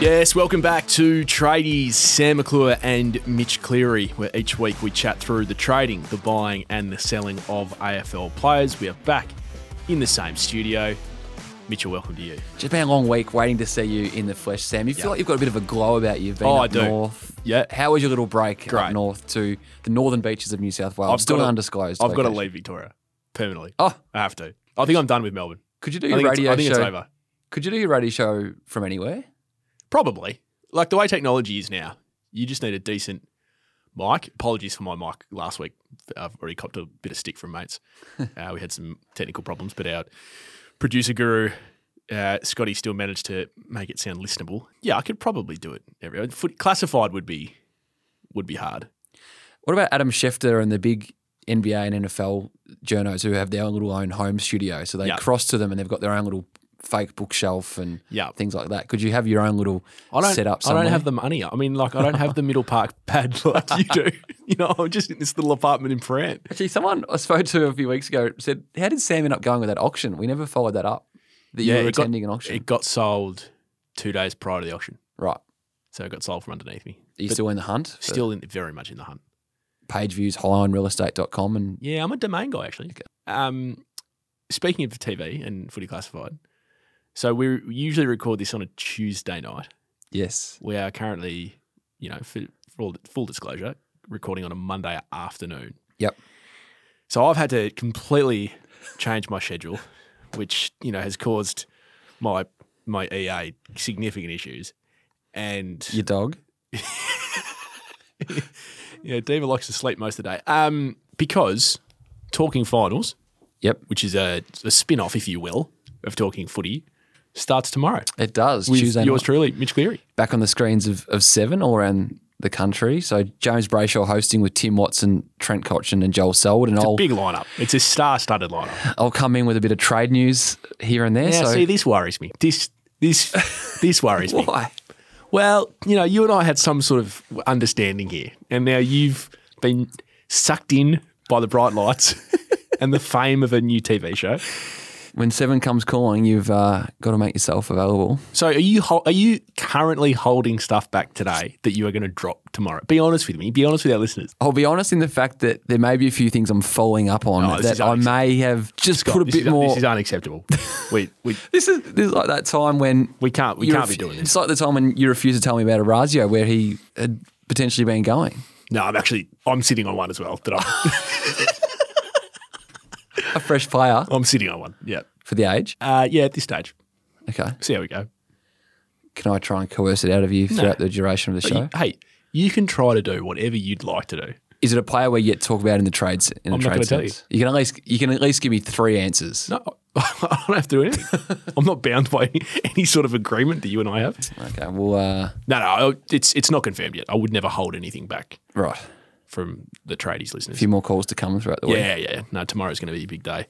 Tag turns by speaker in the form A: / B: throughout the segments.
A: Yes, welcome back to Tradies, Sam McClure and Mitch Cleary, where each week we chat through the trading, the buying, and the selling of AFL players. We are back in the same studio. Mitchell, welcome to you.
B: Just been a long week waiting to see you in the flesh, Sam. You feel like you've got a bit of a glow about you. You've been
A: Oh,
B: up
A: I do.
B: north.
A: Yeah.
B: How was your little break
A: Great.
B: up north to the northern beaches of New South Wales?
A: I've
B: Still
A: gotta-
B: an undisclosed.
A: I've got to
B: location.
A: leave Victoria permanently.
B: Oh,
A: I have to. I think I'm done with Melbourne.
B: could you do
A: I
B: your
A: think, it's,
B: radio
A: I think
B: show?
A: it's over.
B: Could you do your radio show from anywhere?
A: Probably. Like the way technology is now, you just need a decent mic. Apologies for my mic last week. I've already copped a bit of stick from mates. uh, we had some technical problems, but our producer guru, uh, Scotty, still managed to make it sound listenable. Yeah, I could probably do it. Every, foot, classified would be would be hard.
B: What about Adam Schefter and the big NBA and NFL journos who have their own little own home studio? So they
A: Yeah.
B: cross to them and they've got their own little fake bookshelf and
A: Yeah.
B: things like that. Could you have your own little
A: I don't,
B: setup?
A: I
B: Somewhere?
A: don't have the money. I mean, like, I don't have the middle park pad like you do. You know, I'm just in this little apartment in France.
B: Actually, someone I spoke to a few weeks ago said, "How did Sam end up going with that auction? We never followed that up. That you were
A: it got-
B: attending an auction,
A: It got sold two days prior to the auction.
B: right? Are
A: So it got sold from underneath me.
B: you
A: But
B: still in the hunt? for
A: still in, very much in the hunt.
B: page views high on realestate.com and
A: Yeah, I'm a domain guy actually. Um, speaking of TV and Footy Classified, so we usually record this on a Tuesday night.
B: yes,
A: We are currently, you know, for, for all, full disclosure, recording on a Monday afternoon.
B: Yep.
A: So I've had to completely change my schedule, which you know has caused my my EA significant issues. And
B: your dog.
A: Yeah, Diva likes to sleep most of the day. Um, because Talking Finals,
B: Yep,
A: which is a, a spin off, if you will, of Talking Footy, starts tomorrow.
B: it does.
A: With
B: Tuesday
A: yours
B: night.
A: truly, Mitch Cleary.
B: back on the screens of, of seven all around the country. So James Brayshaw hosting with Tim Watson, Trent Cochin, and Joel Selwood, and I'll
A: Big lineup. It's a star studded lineup.
B: I'll come in with a bit of trade news here and there.
A: Yeah,
B: so
A: see, this worries me. This this this worries me.
B: why?
A: Well, you know, you and I had some sort of understanding here, and now you've been sucked in by the bright lights and the fame of a new TV show.
B: When seven comes calling, you've uh, got to make yourself available.
A: So are you hol- are you currently holding stuff back today that you are going to drop tomorrow? Be honest with me. Be honest with our listeners.
B: I'll be honest in the fact that there may be a few things I'm following up on
A: Oh, this
B: that
A: is
B: I may have just put a
A: this
B: bit
A: is,
B: more.
A: This is unacceptable. we we
B: this is this is like that time when
A: we can't we
B: you
A: can't
B: refu-
A: be doing this.
B: It's like the time when you refused to tell me about Orazio where he had potentially been going.
A: No, I'm actually I'm sitting on one as well. That I'm
B: A fresh player
A: I'm sitting on one. Yeah.
B: for the age.
A: Uh, yeah. At this stage,
B: Okay,
A: see how we go.
B: can I try and coerce it out of you throughout the duration of the show?
A: You- hey, you can try to do whatever you'd like to do.
B: Is it a player where you get to talk about in the trades? In
A: I'm
B: the
A: not
B: trade
A: gonna tell you.
B: sense? You can at least you can at least give me three answers.
A: No, I don't have to do anything. I'm not bound by any, any sort of agreement that you and I have.
B: Okay, well, uh,
A: No, no, it's it's not confirmed yet. I would never hold anything back
B: right, a
A: from the tradies listeners.
B: few more calls to come throughout the week.
A: Yeah, yeah. No, tomorrow's going to be a big day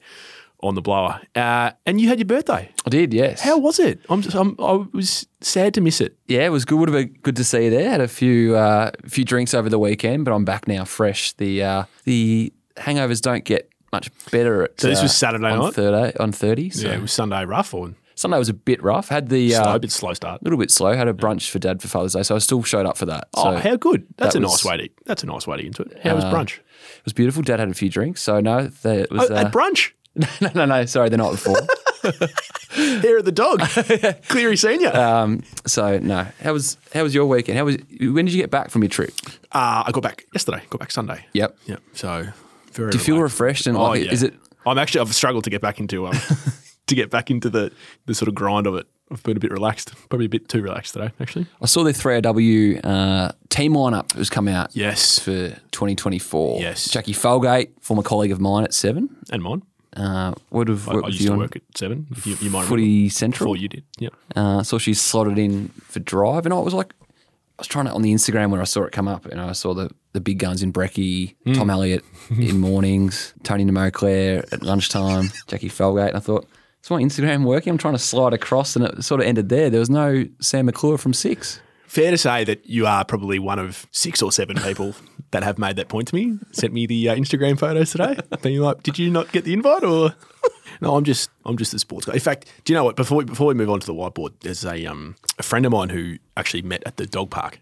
A: on the blower. Uh, and you had your birthday.
B: I did, yes.
A: How was it? I'm just, I'm, I was sad to miss it.
B: Yeah, it was good. Would have been good to see you there. Had a few uh, few drinks over the weekend, but I'm back now, fresh. The uh, the hangovers don't get much better. At,
A: So this
B: uh,
A: was Saturday
B: on
A: night?
B: Thirty on thirty. So
A: Yeah, it was Sunday rough or
B: Sunday was a bit rough. Had the
A: slow,
B: uh,
A: a bit slow start.
B: little bit slow. Had a brunch for Dad for Father's Day, so I still showed up for that.
A: Oh,
B: so
A: how good! That's
B: that
A: a nice
B: was- Uh,
A: way to. That's a nice way to get into it. How was brunch?
B: it was beautiful. Dad had a few drinks, so no, the, it was.
A: Oh,
B: uh,
A: at brunch,
B: no, no, no. Sorry, the night before.
A: here at the dog, Cleary Senior. Uh,
B: um, so no, how was how was your weekend? How was when did you get back from your trip?
A: Uh, I got back yesterday. Got back Sunday.
B: Yep.
A: Yeah. So very.
B: Do you feel
A: relaxed.
B: refreshed and like, is it?
A: I'm actually. I've struggled to get back into. Um, to get back into the the sort of grind of it. I've been a bit relaxed. Probably a bit too relaxed today, actually.
B: I saw the 3AW uh, team lineup has come out.
A: Yes.
B: for 2024.
A: Yes.
B: Jackie Folgate, former colleague of mine at Seven,
A: and mine.
B: uh, would have
A: I,
B: worked
A: I
B: with
A: used
B: you
A: to
B: on
A: work at Seven. if You, you might remember
B: Footy
A: before
B: Central.
A: you did. Yeah,
B: Uh, saw she slotted in for drive, and I was like, was trying to on the Instagram when I saw it come up, and I saw the the big guns in Brecky,
A: Hmm.
B: Tom Elliott in mornings, Tony Namoclair at lunchtime, Jackie Felgate, and I thought. Is my Instagram working? I'm trying to slide across, and it sort of ended there. There was no Sam McClure from six.
A: Fair to say that you are probably one of six or seven people that have made that point to me, sent me the uh, Instagram photos today. Being like, did you not get the invite or? No, I'm just I'm just the sports guy. In fact, do you know what? Before we, before we move on to the whiteboard, there's a um a friend of mine who actually met at the dog park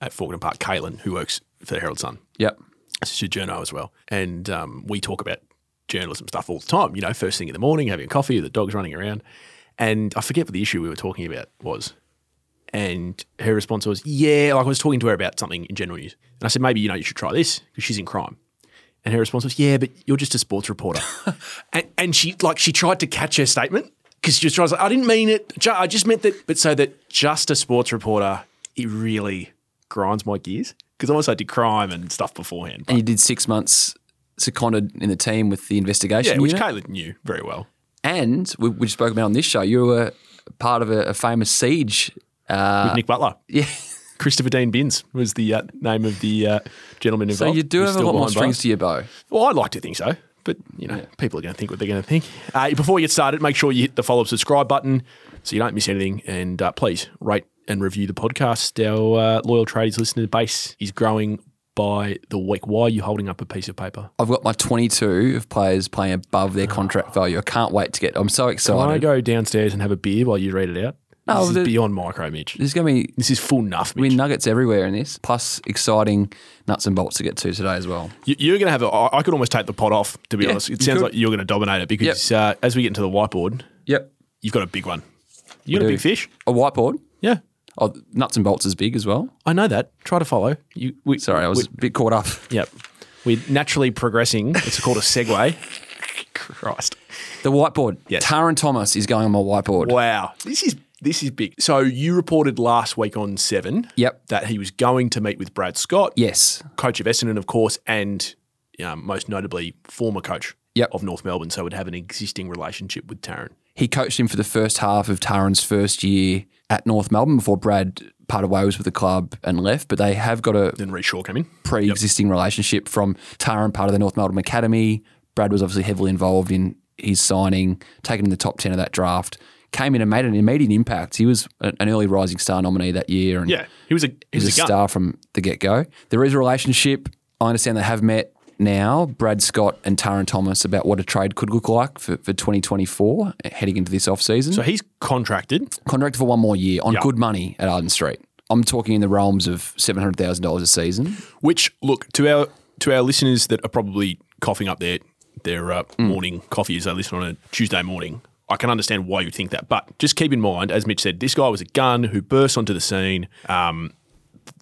A: at Faulkner Park, Caitlin, who works for the Herald Sun.
B: Yep.
A: She's a journo as well. And um, we talk about journalism stuff all the time, you know, first thing in the morning, having a coffee, the dog's running around. And I forget what the issue we were talking about was. And her response was, yeah, like I was talking to her about something in general news. And I said, maybe, you know, you should try this because she's in crime. And her response was, yeah, but you're just a sports reporter. and, and she, like, she tried to catch her statement because she was trying to say, I didn't mean it. Ju- I just meant that. But so that just a sports reporter, it really grinds my gears because I also did crime and stuff beforehand.
B: And you did six months seconded in the team with the investigation.
A: yeah, which
B: unit.
A: Caitlin knew very well.
B: and we, we spoke about on this show, you were part of a, a famous siege. Uh,
A: Nick Butler.
B: yeah.
A: Christopher Dean Binns was the uh, name of the uh, gentleman
B: So
A: involved.
B: you do
A: He's
B: have a
A: still
B: lot more
A: behind
B: strings
A: bars.
B: to your bow.
A: Well, I'd like to think so, but you know, people are going to think what they're going to think. Uh, before we get started, make sure you hit the follow subscribe button so you don't miss anything, and uh, please rate and review the podcast. Our uh, loyal traders listener base is growing by the week. Why are you holding up a piece of paper?
B: I've got my 22 of players playing above their contract value. I can't wait to get. I'm so
A: Can I
B: excited.
A: go downstairs and have a beer while you read it out?
B: No,
A: this is
B: Oh, the-
A: beyond micro, Mitch.
B: There's going to be
A: This is full nuff, Mitch.
B: win nuggets everywhere in this, plus exciting nuts and bolts to get to today as well.
A: You- You're going to have a. I I could almost take the pot off, to be
B: Yeah,
A: honest. It
B: you
A: sounds
B: could.
A: like you're going to dominate it because uh, as we get into the whiteboard,
B: Yep.
A: you've got a big one. You got a
B: do.
A: big fish.
B: A whiteboard.
A: Yeah,
B: Oh, nuts and bolts is big as well.
A: I know that. Try to follow. You. We,
B: Sorry, I was a bit caught up.
A: We, yep. We're naturally progressing. It's called a segue. Christ.
B: The whiteboard.
A: Yes.
B: Taron Thomas is going on my whiteboard.
A: Wow. This is this is big. So you reported last week on Seven.
B: Yep.
A: That he was going to meet with Brad Scott,
B: Yes.
A: coach of Essendon, of course, and um, most notably former coach
B: Yep.
A: of North Melbourne. So would have an existing relationship with Taryn.
B: he coached him for the first half of Taran's first year at North Melbourne before Brad parted ways with the club and left. But they have got a
A: Then Reece Shaw came in.
B: pre existing relationship from Taran, part of the North Melbourne Academy. Brad was obviously heavily involved in his signing, taken in the top 10 of that draft, came in and made an immediate impact. He was a- an early rising star nominee that year. And
A: Yeah, he was a he was,
B: was
A: a,
B: a
A: gun.
B: star from the get go. There is a relationship. I understand they have met now, Brad Scott and Taran Thomas, about what a trade could look like for, for 2024, heading into this offseason
A: So he's contracted.
B: contract for one more year on
A: Yeah.
B: good money at Arden Street. I'm talking in the realms of seven hundred thousand dollars a season.
A: Which look to our to our listeners that are probably coughing up their their uh,
B: Hmm.
A: morning coffee as they listen on a Tuesday morning. I can understand why you would think that, but just keep in mind, as Mitch said, this guy was a gun who burst onto the scene. Um,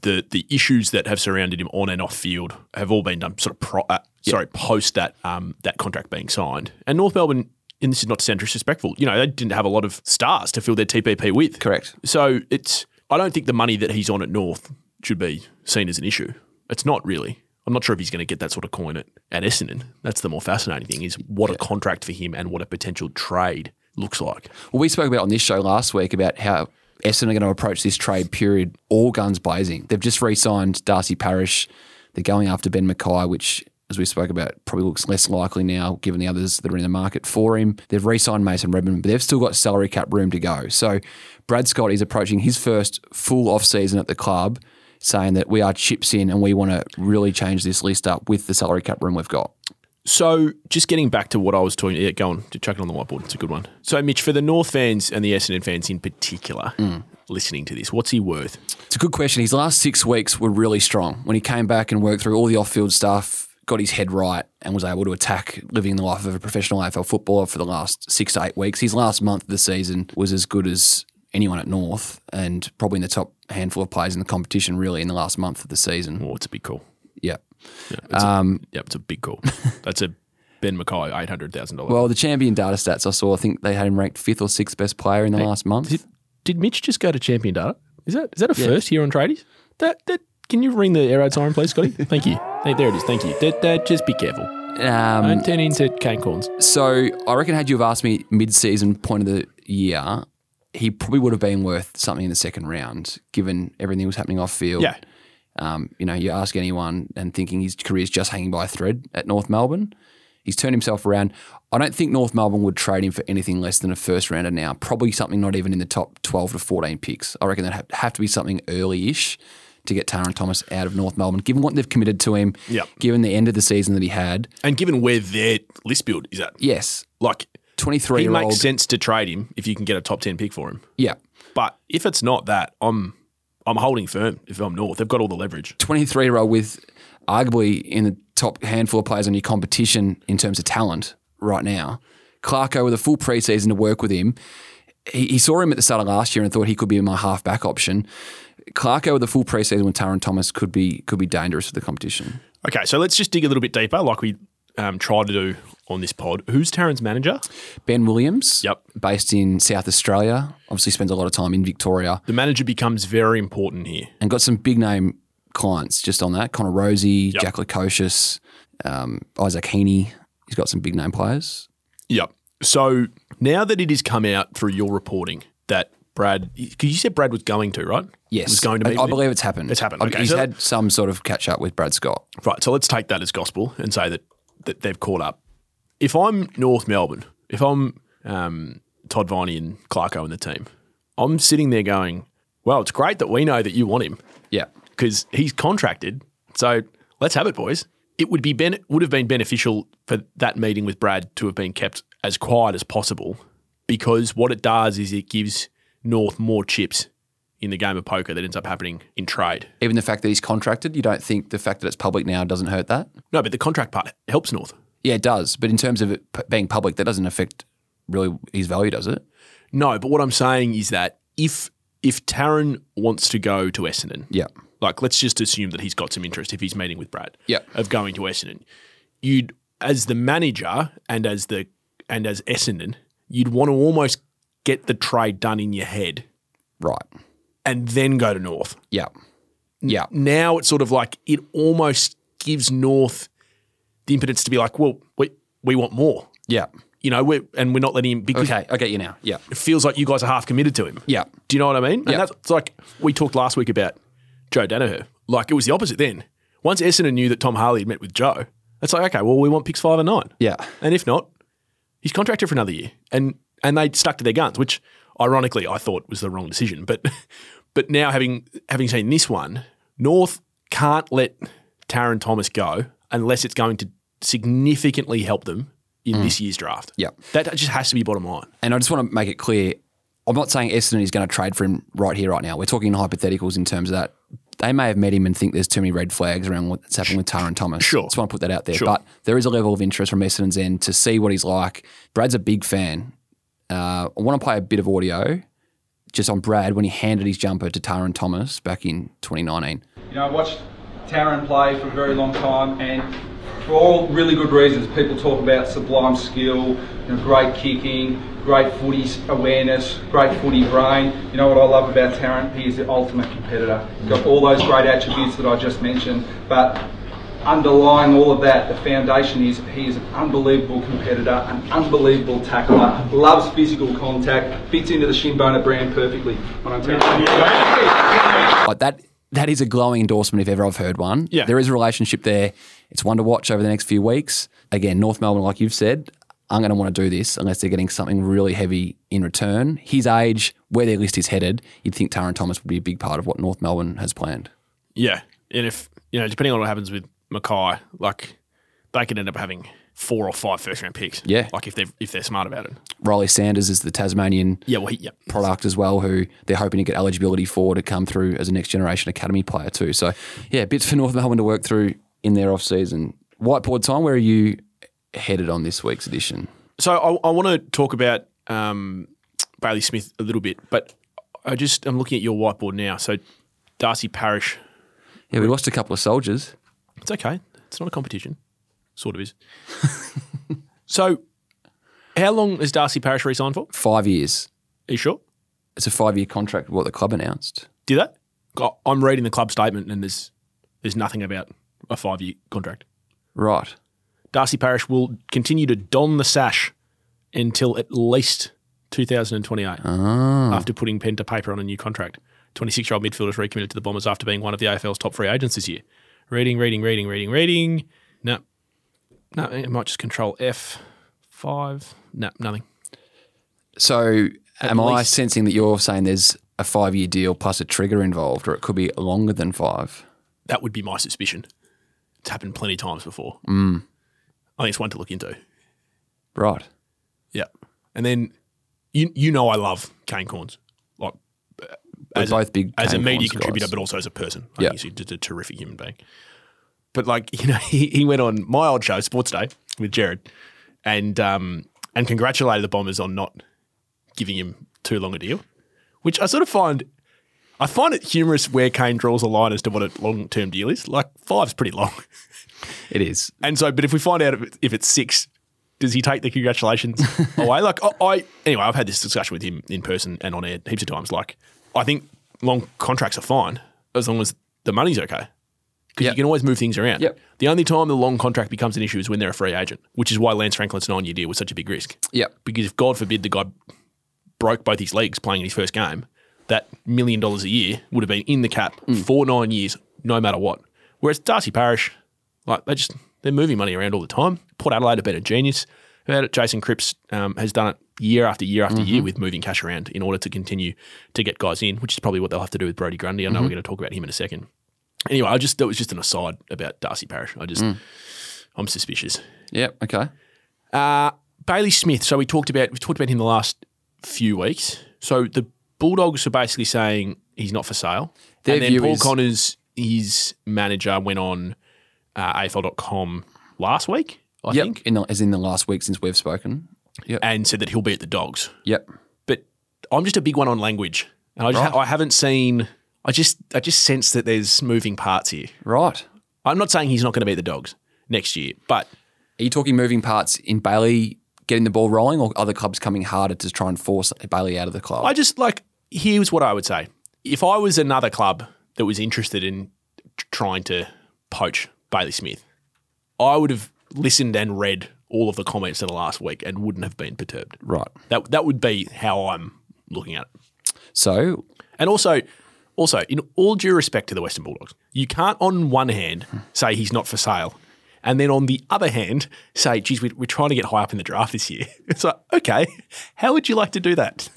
A: the the issues that have surrounded him on and off field have all been done sort of pro, uh, sorry post that um, that contract being signed. And North Melbourne, and this is not to sound disrespectful, you know they didn't have a lot of stars to fill their TPP with.
B: Correct.
A: So it's I don't think the money that he's on at North should be seen as an issue. It's not really. I'm not sure if he's going to get that sort of coin at, at Essendon. That's the more fascinating thing is what a contract for him and what a potential trade looks like.
B: Well, we spoke about on this show last week about how Essendon are going to approach this trade period all guns blazing. They've just re-signed Darcy Parish. They're going after Ben Mackay, which, as we spoke about, probably looks less likely now given the others that are in the market for him. They've re-signed Mason Redmond, but they've still got salary cap room to go. So Brad Scott is approaching his first full off season at the club, saying that we are chips in and we want to really change this list up with the salary cap room we've got.
A: So, just getting back to what I was talking, yeah, go on, just chuck it on the whiteboard. It's a good one. So, Mitch, for the North fans and the Essendon fans in particular, listening to this, what's he worth?
B: It's a good question. His last six weeks were really strong. When he came back and worked through all the off-field stuff, got his head right, and was able to attack living the life of a professional AFL footballer for the last six to eight weeks. His last month of the season was as good as anyone at North, and probably in the top handful of players in the competition. Really, in the last month of the season.
A: Oh, it's a big call.
B: Yeah.
A: Yep, it's a big call. That's a Ben Mackay eight hundred thousand dollars.
B: Well, the champion data stats I saw, I think they had him ranked fifth or sixth best player in the last month.
A: Did, did Mitch just go to Champion Data? Is that is that a first here on Tradies? That that can you ring the air raid siren, please, Scotty? Thank you. Hey, there it is. Thank you. That, that, just be careful.
B: Um,
A: Don't turn into cane corns.
B: So I reckon had you have asked me mid-season point of the year, he probably would have been worth something in the second round, given everything that was happening off field.
A: Yeah.
B: Um, you know, you ask anyone and thinking his career's just hanging by a thread at North Melbourne. He's turned himself around. I don't think North Melbourne would trade him for anything less than a first rounder now. Probably something not even in the top 12 to 14 picks. I reckon that have, have to be something early ish to get Taran Thomas out of North Melbourne, given what they've committed to him,
A: Yep.
B: given the end of the season that he had.
A: And given where their list build is at,
B: Yes,
A: like
B: 23
A: it
B: year
A: makes
B: old.
A: sense to trade him if you can get a top ten pick for him.
B: Yeah.
A: But if it's not that, I'm I'm holding firm. If I'm North, they've got all the leverage.
B: 23 year old with arguably in the top handful of players on your competition in terms of talent right now. Clarko with a full preseason to work with him. He, he saw him at the start of last year and thought he could be my halfback option. Clarko with a full preseason with Taron Thomas could be could be dangerous for the competition.
A: Okay, so let's just dig a little bit deeper, like we um, try to do on this pod. Who's Taran's manager?
B: Ben Williams,
A: Yep.
B: based in South Australia, obviously spends a lot of time in Victoria
A: The manager becomes very important here.
B: and got some big name clients just on that. Connor Rosie, Jack Lukosius, um, Isaac Heaney. He's got some big name players.
A: Yep. So now that it has come out through your reporting that Brad, because you said Brad was going to, right?
B: Yes,
A: was going to.
B: I,
A: meet
B: I
A: with him.
B: believe it's happened.
A: It's happened,
B: I-
A: okay.
B: He's
A: So-
B: had some sort of catch up with Brad Scott.
A: Right. So let's take that as gospel and say that, that they've caught up. If I'm North Melbourne, if I'm um, Todd Viney and Clarko and the team, I'm sitting there going, well, it's great that we know that you want him
B: Yeah,
A: because he's contracted. So let's have it, boys. It would be ben- would have been beneficial for that meeting with Brad to have been kept as quiet as possible because what it does is it gives North more chips in the game of poker that ends up happening in trade.
B: even the fact that he's contracted, you don't think the fact that it's public now doesn't hurt that?
A: No, but the contract part helps North.
B: Yeah, it does. But in terms of it p- being public, that doesn't affect really his value, does it?
A: No, but what I'm saying is that if if Taron wants to go to Essendon,
B: Yeah,
A: like let's just assume that he's got some interest if he's meeting with Brad,
B: Yeah.
A: of going to Essendon, you'd as the manager and as the and as Essendon, you'd want to almost get the trade done in your head
B: right.
A: and then go to North.
B: Yeah, yeah,
A: Now it's sort of like it almost gives North the impotence to be like, well, we we want more,
B: yeah.
A: you know, we're, and we're not letting him because
B: Okay, I get you now. Yeah,
A: it feels like you guys are half committed to him.
B: yeah,
A: Do you know what I mean? And
B: Yeah.
A: that's it's like we talked last week about Joe Danaher. Like it was the opposite then. Once Essendon knew that Tom Harley had met with Joe, it's like, okay, well, we want picks five and nine.
B: yeah.
A: And if not, he's contracted for another year. And and they stuck to their guns, which ironically I thought was the wrong decision. But but now having having seen this one, North can't let Taron Thomas go unless it's going to significantly help them in this year's draft.
B: Yeah.
A: That just has to be bottom line.
B: And I just want to make it clear I'm not saying Essendon is going to trade for him right here, right now. We're talking hypotheticals in terms of that. They may have met him and think there's too many red flags around what's happened with Taran Thomas.
A: Sure.
B: Just want to put that out there. But there is a level of interest from Essendon's end to see what he's like. Brad's a big fan. Uh, I want to play a bit of audio just on Brad when he handed his jumper to Taran Thomas back in 2019.
C: You know, I watched Taron play for a very long time, and for all really good reasons, people talk about sublime skill, you know, great kicking, great footy awareness, great footy brain. You know what I love about Taron? He is the ultimate competitor. Got all those great attributes that I just mentioned, but underlying all of that, the foundation is he is an unbelievable competitor, an unbelievable tackler, loves physical contact, fits into the shin boner brand perfectly. When I'm telling you.
B: Like that that is a glowing endorsement if ever I've heard one.
A: Yeah.
B: There is a relationship there. It's one to watch over the next few weeks. Again, North Melbourne, like you've said, I'm going to want to do this unless they're getting something really heavy in return. His age, where their list is headed, you'd think Taran Thomas would be a big part of what North Melbourne has planned.
A: Yeah, and if you know, depending on what happens with Mackay, like they could end up having four or five first round picks.
B: Yeah.
A: like if they if they're smart about it.
B: Riley Sanders is the Tasmanian
A: Yeah, well, he, yeah,
B: product as well, who they're hoping to get eligibility for to come through as a next generation academy player too. So yeah, bits for North Melbourne to work through in their off season. Whiteboard time, where are you headed on this week's edition?
A: So I, I want to talk about um, Bailey Smith a little bit, but I just I'm looking at your whiteboard now. So Darcy Parish,
B: Yeah, we lost a couple of soldiers.
A: it's okay. It's not a competition, sort of is. so, how long has Darcy Parish re-signed for?
B: Five years.
A: Are you sure?
B: It's a five year contract, what the club announced.
A: Did that? God, I'm reading the club statement, and there's there's nothing about a five year contract.
B: Right.
A: Darcy Parish will continue to don the sash until at least 2028
B: Ah.
A: after putting pen to paper on a new contract. 26 year old midfielder recommitted to the Bombers after being one of the AFL's top free agents this year. Reading, reading, reading, reading, reading. No. No, it might just control F5. No, nothing.
B: So, am I
A: least-
B: sensing that you're saying there's a five year deal plus a trigger involved, or it could be longer than five?
A: That would be my suspicion. It's happened plenty of times before.
B: Mm.
A: I think it's one to look into.
B: Right.
A: Yeah. And then you you know I love Kane Corns. Like uh,
B: We're
A: as a,
B: both big
A: as a
B: Kane
A: media
B: Corns
A: contributor,
B: guys.
A: but also as a person. I
B: Yeah.
A: think he's just a terrific human being. But like, you know, he, he went on my old show, Sports Day, with Jared, and um and congratulated the bombers on not giving him too long a deal. Which I sort of find I find it humorous where Kane draws a line as to what a long term deal is. Like five's pretty long.
B: It is.
A: And so, but if we find out if, it- if it's six, does he take the congratulations away? Like, I, I anyway, I've had this discussion with him in person and on air heaps of times. Like, I think long contracts are fine as long as the money's okay. Because
B: Yep.
A: you can always move things around.
B: Yep.
A: The only time the long contract becomes an issue is when they're a free agent, which is why Lance Franklin's nine year deal was such a big risk.
B: Yep.
A: Because if God forbid the guy broke both his legs playing in his first game, that million dollars a year would have been in the cap for nine years, no matter what. Whereas Darcy Parish, like they just they're moving money around all the time. Port Adelaide have been a genius about it. Jason Cripps um, has done it year after year after year with moving cash around in order to continue to get guys in, which is probably what they'll have to do with Brody Grundy. I know we're going to talk about him in a second. Anyway, I just that was just an aside about Darcy Parish. I just I'm suspicious.
B: Yep. Okay.
A: Uh, Bailey Smith. So we talked about we talked about him the last few weeks. So the Bulldogs are basically saying he's not for sale.
B: Their
A: and then
B: view
A: Paul
B: is-
A: Connors, his manager, went on uh, AFL.com last week, I
B: yep.
A: think,
B: In the, as in the last week since we've spoken. Yep.
A: and said that he'll be at the Dogs.
B: Yep.
A: But I'm just a big one on language, and I just
B: Right.
A: I haven't seen. I just I just sense that there's moving parts here.
B: Right.
A: I'm not saying he's not going to be at the Dogs next year, but
B: Are you talking moving parts in Bailey getting the ball rolling, or other clubs coming harder to try and force Bailey out of the club?
A: I just like here's what I would say. If I was another club that was interested in t- trying to poach Bailey Smith, I would have listened and read all of the comments in the last week and wouldn't have been perturbed.
B: right.
A: That that would be how I'm looking at it.
B: So
A: And also, also in all due respect to the Western Bulldogs, you can't on one hand say he's not for sale, and then on the other hand say, "Geez, we, we're trying to get high up in the draft this year." It's like, okay, how would you like to do that?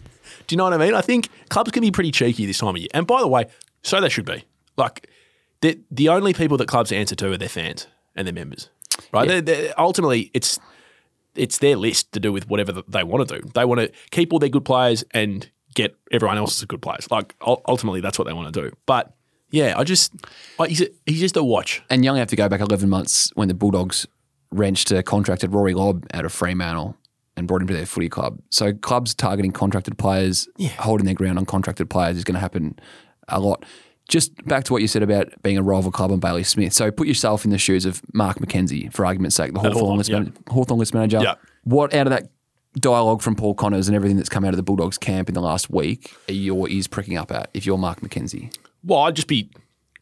A: Do you know what I mean? I think clubs can be pretty cheeky this time of year, and by the way, so they should be. Like, the the only people that clubs answer to are their fans and their members, right? They're- they're- ultimately, it's it's their list to do with whatever th- they want to do. They want to keep all their good players and get everyone else's good players. Like ul- ultimately, that's what they want to do. But yeah, I just I, he's a, he's just a watch.
B: and Young have to go back 11 months when the Bulldogs wrenched a contracted Rory Lobb out of Fremantle and brought him to their footy club. So clubs targeting contracted players, holding their ground on contracted players is going to happen a lot. Just back to what you said about being a rival club on Bailey Smith. So put yourself in the shoes of Mark McKenzie, for argument's sake, the Hawthorn
A: Hawthorn,
B: list,
A: yeah.
B: man- Hawthorn list manager.
A: Yeah.
B: What out of that dialogue from Paul Connors and everything that's come out of the Bulldogs camp in the last week are your ears pricking up at if you're Mark McKenzie?
A: Well, I'd just be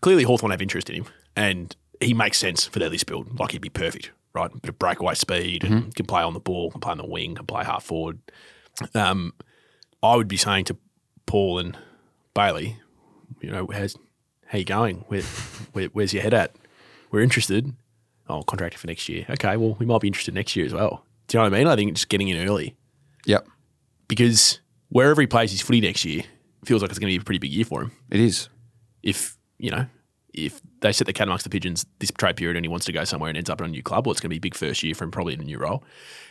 A: clearly Hawthorn have interest in him, and he makes sense for their list build. Like he'd be perfect, right? Bit of breakaway speed, and can play on the ball, can play on the wing, can play half forward. Um, I would be saying to Paul and Bailey, you know, how's how you going? Where, where, where's your head at? We're interested. Oh, contracted for next year. Okay, well, we might be interested next year as well. Do you know what I mean? I think just getting in early
B: Yep,
A: because wherever he plays his footy next year feels like it's going to be a pretty big year for him
B: it is.
A: if you know if they set the cat amongst the pigeons this trade period and he wants to go somewhere and ends up at a new club, well, it's going to be a big first year for him, probably in a new role.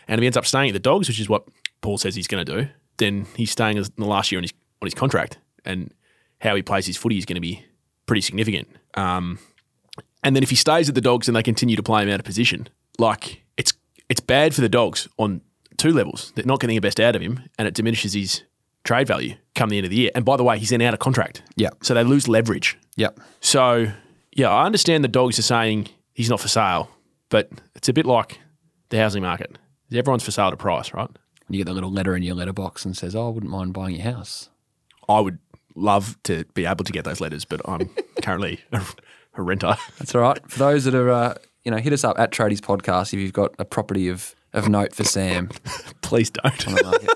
A: And if he ends up staying at the Dogs, which is what Paul says he's going to do, then he's staying as the last year on his on his contract, and how he plays his footy is going to be pretty significant. Um, and then if he stays at the Dogs and they continue to play him out of position, like it's it's bad for the Dogs on two levels. They're not getting the best out of him, and it diminishes his trade value come the end of the year. And by the way, he's then out of contract.
B: Yeah.
A: So they lose leverage.
B: Yep.
A: So, yeah, I understand the dogs are saying he's not for sale, but it's a bit like the housing market. Everyone's for sale at a price, right?
B: You get that little letter in your letterbox and says, "Oh, I wouldn't mind buying your house."
A: I would love to be able to get those letters, but I'm currently a, a renter.
B: That's all right. For those that are, uh, you know, hit us up at Tradies Podcast if you've got a property of, of note for Sam.
A: Please don't.
B: on the market.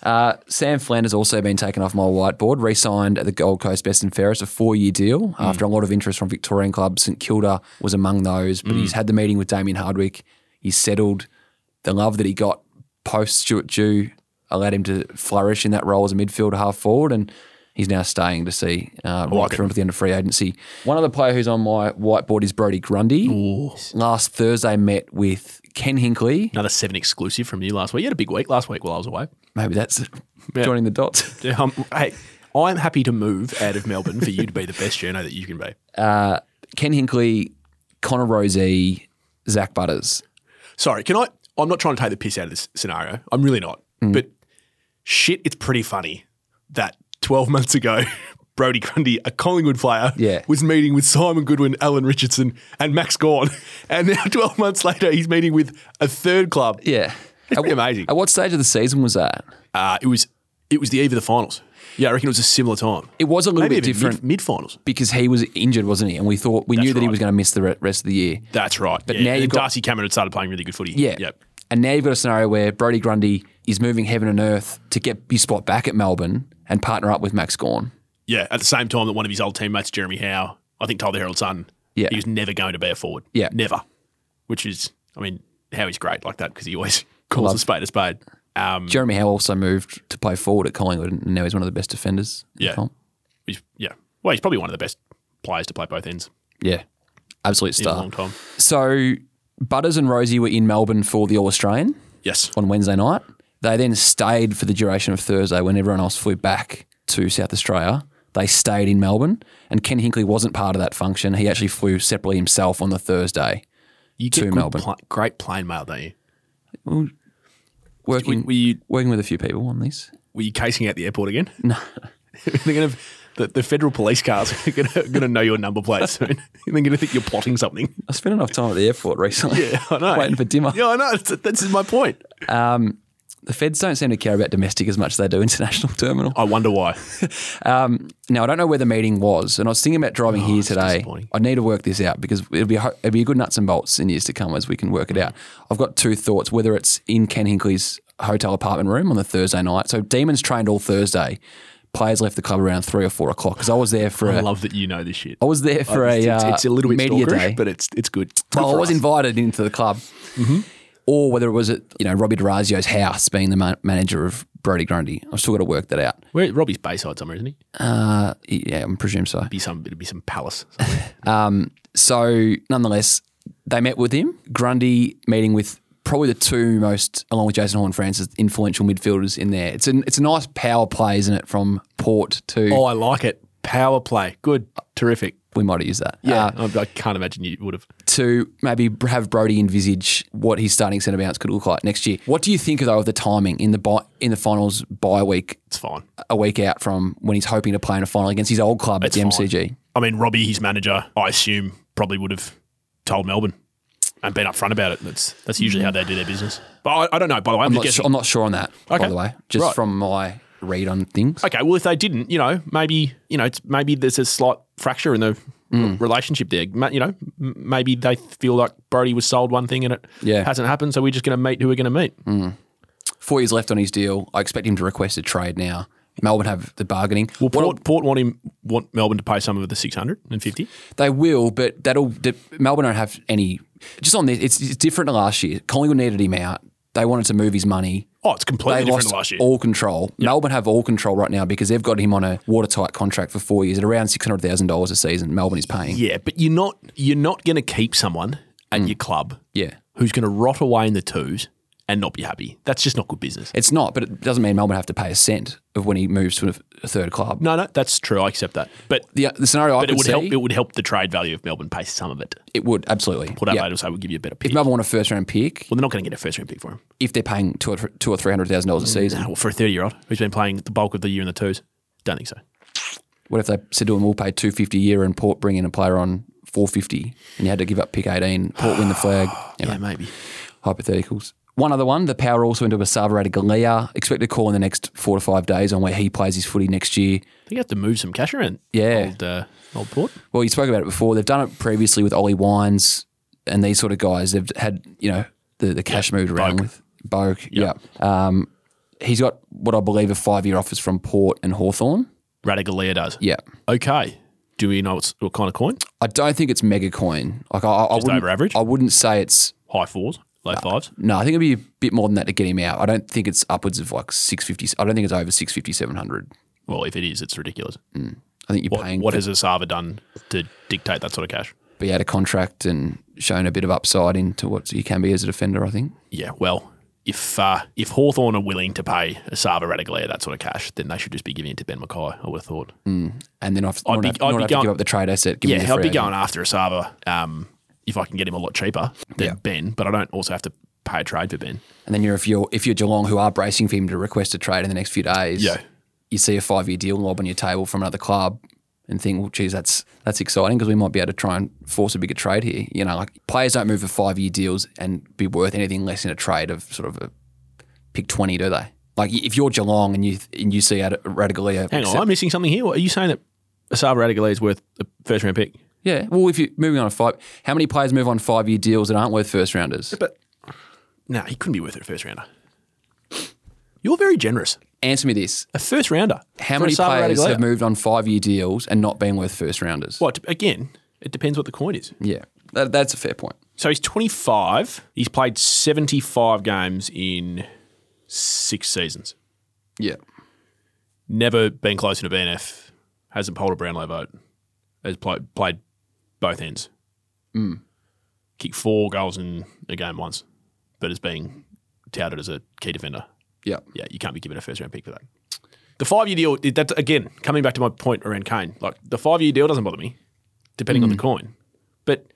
B: Uh, Sam Flanders also been taken off my whiteboard, re-signed at the Gold Coast Best and Fairest, a four-year deal after a lot of interest from Victorian clubs. St Kilda was among those, but he's had the meeting with Damien Hardwick. He's settled. The love that he got post Stuart Jew allowed him to flourish in that role as a midfielder half forward, and he's now staying to see uh, right
A: like
B: through until the end of free agency. One other player who's on my whiteboard is Brody Grundy. Last Thursday met with Ken Hinkley.
A: Another seven exclusive from you last week. You had a big week last week while I was away.
B: Maybe that's joining the dots.
A: Um, hey, I'm happy to move out of Melbourne for you to be the best journo that you can be.
B: Ken Hinkley, Connor Rosie, Zach Butters.
A: Sorry, can I? I'm not trying to take the piss out of this scenario. I'm really not.
B: Mm.
A: But shit, it's pretty funny that 12 months ago, Brody Grundy, a Collingwood player,
B: Yeah.
A: was meeting with Simon Goodwin, Alan Richardson, and Max Gorn. And now, 12 months later, he's meeting with a third club.
B: Yeah. At,
A: pretty amazing.
B: At what stage of the season was that?
A: Uh, it was it was the eve of the finals. Yeah, I reckon it was a similar time.
B: It was a little
A: Maybe
B: bit
A: even
B: different
A: mid finals.
B: because he was injured, wasn't he? And we thought we knew that he
A: right.
B: was going to miss the re- rest of the year.
A: That's right. But
B: now
A: now
B: you've got-
A: Darcy Cameron had started playing really good footy.
B: Yeah.
A: Yep.
B: And now you've got a scenario where Brody Grundy is moving heaven and earth to get his spot back at Melbourne and partner up with Max Gorn.
A: Yeah. At the same time that one of his old teammates, Jeremy Howe, I think told the Herald Sun
B: Yeah.
A: he was never going to be a forward.
B: Yeah.
A: Never. Which is, I mean, Howe is great like that because he always calls a spade a spade. Um,
B: Jeremy Howe also moved to play forward at Collingwood, and now he's one of the best defenders. in the
A: Yeah.
B: comp.
A: he's, yeah. Well, he's probably one of the best players to play both ends
B: yeah, absolute
A: in a
B: star.
A: long time.
B: So Butters and Rosie were in Melbourne for the All Australian
A: Yes.
B: on Wednesday night. They then stayed for the duration of Thursday when everyone else flew back to South Australia. They stayed in Melbourne, and Ken Hinkley wasn't part of that function. He actually flew separately himself on the Thursday,
A: You get
B: To
A: good
B: Melbourne.
A: pla- great plane mail, don't you?
B: working
A: Were, were you
B: working with a few people on this.
A: were you casing out the airport again? No. They're going to the, the federal police cars are going to know your number plate soon. and They're going to think you're plotting something.
B: I spent enough time at the airport recently.
A: Yeah, I know.
B: Waiting for dimmer.
A: Yeah, I know. That's, that's my point.
B: The feds don't seem to care about domestic as much as they do international terminal.
A: I wonder why.
B: Now I don't know where the meeting was, and I was thinking about driving here today.
A: Oh, disappointing.
B: I need to work this out because it'll be a, ho- it'll be a good nuts and bolts in years to come as we can
A: Mm.
B: work it out. I've got two thoughts: whether it's in Ken Hinkley's hotel apartment room on the Thursday night. So demons trained all Thursday. Players left the club around three or four o'clock because I was there for.
A: I
B: a-
A: love that you know this shit.
B: I was there for a.
A: it's, it's,
B: uh,
A: it's a little bit
B: media
A: stalkerish,
B: day,
A: but it's it's good. It's good
B: well, I
A: for
B: was
A: us. Mm-hmm.
B: invited into the club, or whether it was at you know Robbie DiRazio's house, being the ma- manager of Brody Grundy. I've still got to work that out.
A: Where Robbie's Bayside somewhere, isn't he?
B: Yeah, I presume so.
A: Be some it'd be some palace.
B: So, nonetheless, they met with him. Grundy meeting with probably the two most, along with Jason Horn Francis, influential midfielders in there. It's an it's a nice power play, isn't it? From Port to
A: oh, I like it. Power play, good, terrific.
B: we might have used that. Uh,
A: I, I can't imagine you would have.
B: to maybe have Brody envisage what his starting centre bounce could look like next year. What do you think though of the timing in the bi- in the finals bye week?
A: It's fine.
B: A week out from when he's hoping to play in a final against his old club
A: It's
B: at the
A: fine.
B: MCG.
A: I mean, Robbie, his manager, I assume probably would have told Melbourne and been upfront about it. That's that's usually how they do their business. But I, I don't know. By the way, I'm, just
B: I'm not,
A: guessing.
B: sure, I'm not sure on that, by
A: Okay.
B: the way, just
A: Right.
B: from my read on things.
A: okay, well, if they didn't, you know, maybe you know, it's maybe there's a slight fracture in the
B: Hmm.
A: r- relationship there. Ma- You know, m- maybe they feel like Brody was sold one thing and it
B: Yeah. Hmm.
A: hasn't happened, so we're just going to meet who we're going to meet.
B: four years left on his deal. I expect him to request a trade now. Melbourne have the bargaining.
A: Well, Port, Port want him want Melbourne to pay some of the six hundred and fifty.
B: They will, but that'll the, Melbourne don't have any. Just on this, it's, it's different to last year. Collingwood needed him out. They wanted to move his money.
A: Oh, it's completely
B: They
A: different
B: lost
A: to last year.
B: all control. Melbourne have all control right now because they've got him on a watertight contract for four years at around six hundred thousand dollars a season. Melbourne is paying.
A: yeah, but you're not you're not going to keep someone at your club
B: Hmm. Yeah.
A: who's going to rot away in the twos and not be happy. That's just not good business.
B: It's not, but it doesn't mean Melbourne have to pay a cent of when he moves to a third club.
A: No, no, that's true. I accept that. But
B: The, the scenario
A: but
B: I could
A: it would
B: see,
A: help. It would help the trade value if Melbourne pays some of it.
B: it would absolutely.
A: Port Adelaide
B: Yeah.
A: will say we'll give you a better pick.
B: If Melbourne want a first round pick,
A: well, they're not going to get a first round pick for him. Oh,
B: if they're paying two or, th- two or three hundred thousand dollars a season,
A: Well, for a 30 year old who's been playing the bulk of the year in the twos, don't think so.
B: What if they said to him, "We'll pay two fifty a year," and Port bring in a player on four fifty, and you had to give up pick eighteen? Port win the flag. Anyway,
A: maybe.
B: hypotheticals. One other one: the power also into Basava Galia. Expect a call in the next four to five days on where he plays his footy next year.
A: I think you have to move some cash around.
B: Yeah.
A: Old, uh, old port.
B: Well, you spoke about it before. They've done it previously with Ollie Wines and these sort of guys. They've had you know the, the cash moved around
A: Boak.
B: with Boak. Yeah. Um, He's got what I believe are five year offers from Port and Hawthorn.
A: Radigalia does.
B: Yeah.
A: Okay. Do we know what's, what kind of coin?
B: I don't think it's mega coin. Like I, I
A: Just
B: wouldn't,
A: over average?
B: I wouldn't say it's
A: High fours, low fives.
B: no. I think it'd be a bit more than that to get him out. I don't think it's upwards of like six fifty. I don't think it's over six fifty seven hundred.
A: Well, if it is, it's ridiculous.
B: I think you're
A: What,
B: paying.
A: what
B: for-
A: has Asava done to dictate that sort of cash?
B: be out of contract and shown a bit of upside into what he can be as a defender. I think.
A: Yeah, well, if uh, if Hawthorn are willing to pay Asava Radaglia that sort of cash, then they should just be giving it to Ben Mackay, I would have thought.
B: And then I've,
A: I'd
B: not
A: be-
B: have,
A: I'd
B: not
A: be going-
B: have to give up the trade asset. Give me
A: Yeah,
B: the
A: I'd be
B: free agent.
A: going after Asava um, if I can get him a lot cheaper than Ben, but I don't also have to pay a trade for Ben.
B: And then you're if you're if you're Geelong who are bracing for him to request a trade in the next few days.
A: Yeah.
B: You see a five year deal lob on your table from another club and think, well, geez, that's that's exciting because we might be able to try and force a bigger trade here. You know, like players don't move for five year deals and be worth anything less in a trade of sort of a pick twenty, do they? Like if you're Geelong and you and you see out Radigalia,
A: Hang on, I'm missing something here. What, are you saying that Asava Radaglia is worth a first round pick?
B: yeah. Well, if you're moving on a five, how many players move on five year deals that aren't worth first rounders?
A: No, he couldn't be worth a first rounder. You're very generous.
B: Answer me this:
A: A first rounder.
B: How
A: for
B: many
A: Asava
B: players
A: Radaglia.
B: have moved on five year deals and not been worth first rounders?
A: Well, it dep- again, it depends what the coin is.
B: Yeah, that, that's a fair point.
A: So he's 25. He's played 75 games in six seasons.
B: Yeah.
A: Never been closer to BNF. Hasn't polled a Brownlow vote. Has played played both ends. Kicked four goals in a game once, but is being touted as a key defender.
B: Yeah.
A: Yeah, you can't be given a first round pick for that. The five year deal. That's again coming back to my point around Kane. Like the five year deal doesn't bother me, depending on the coin. But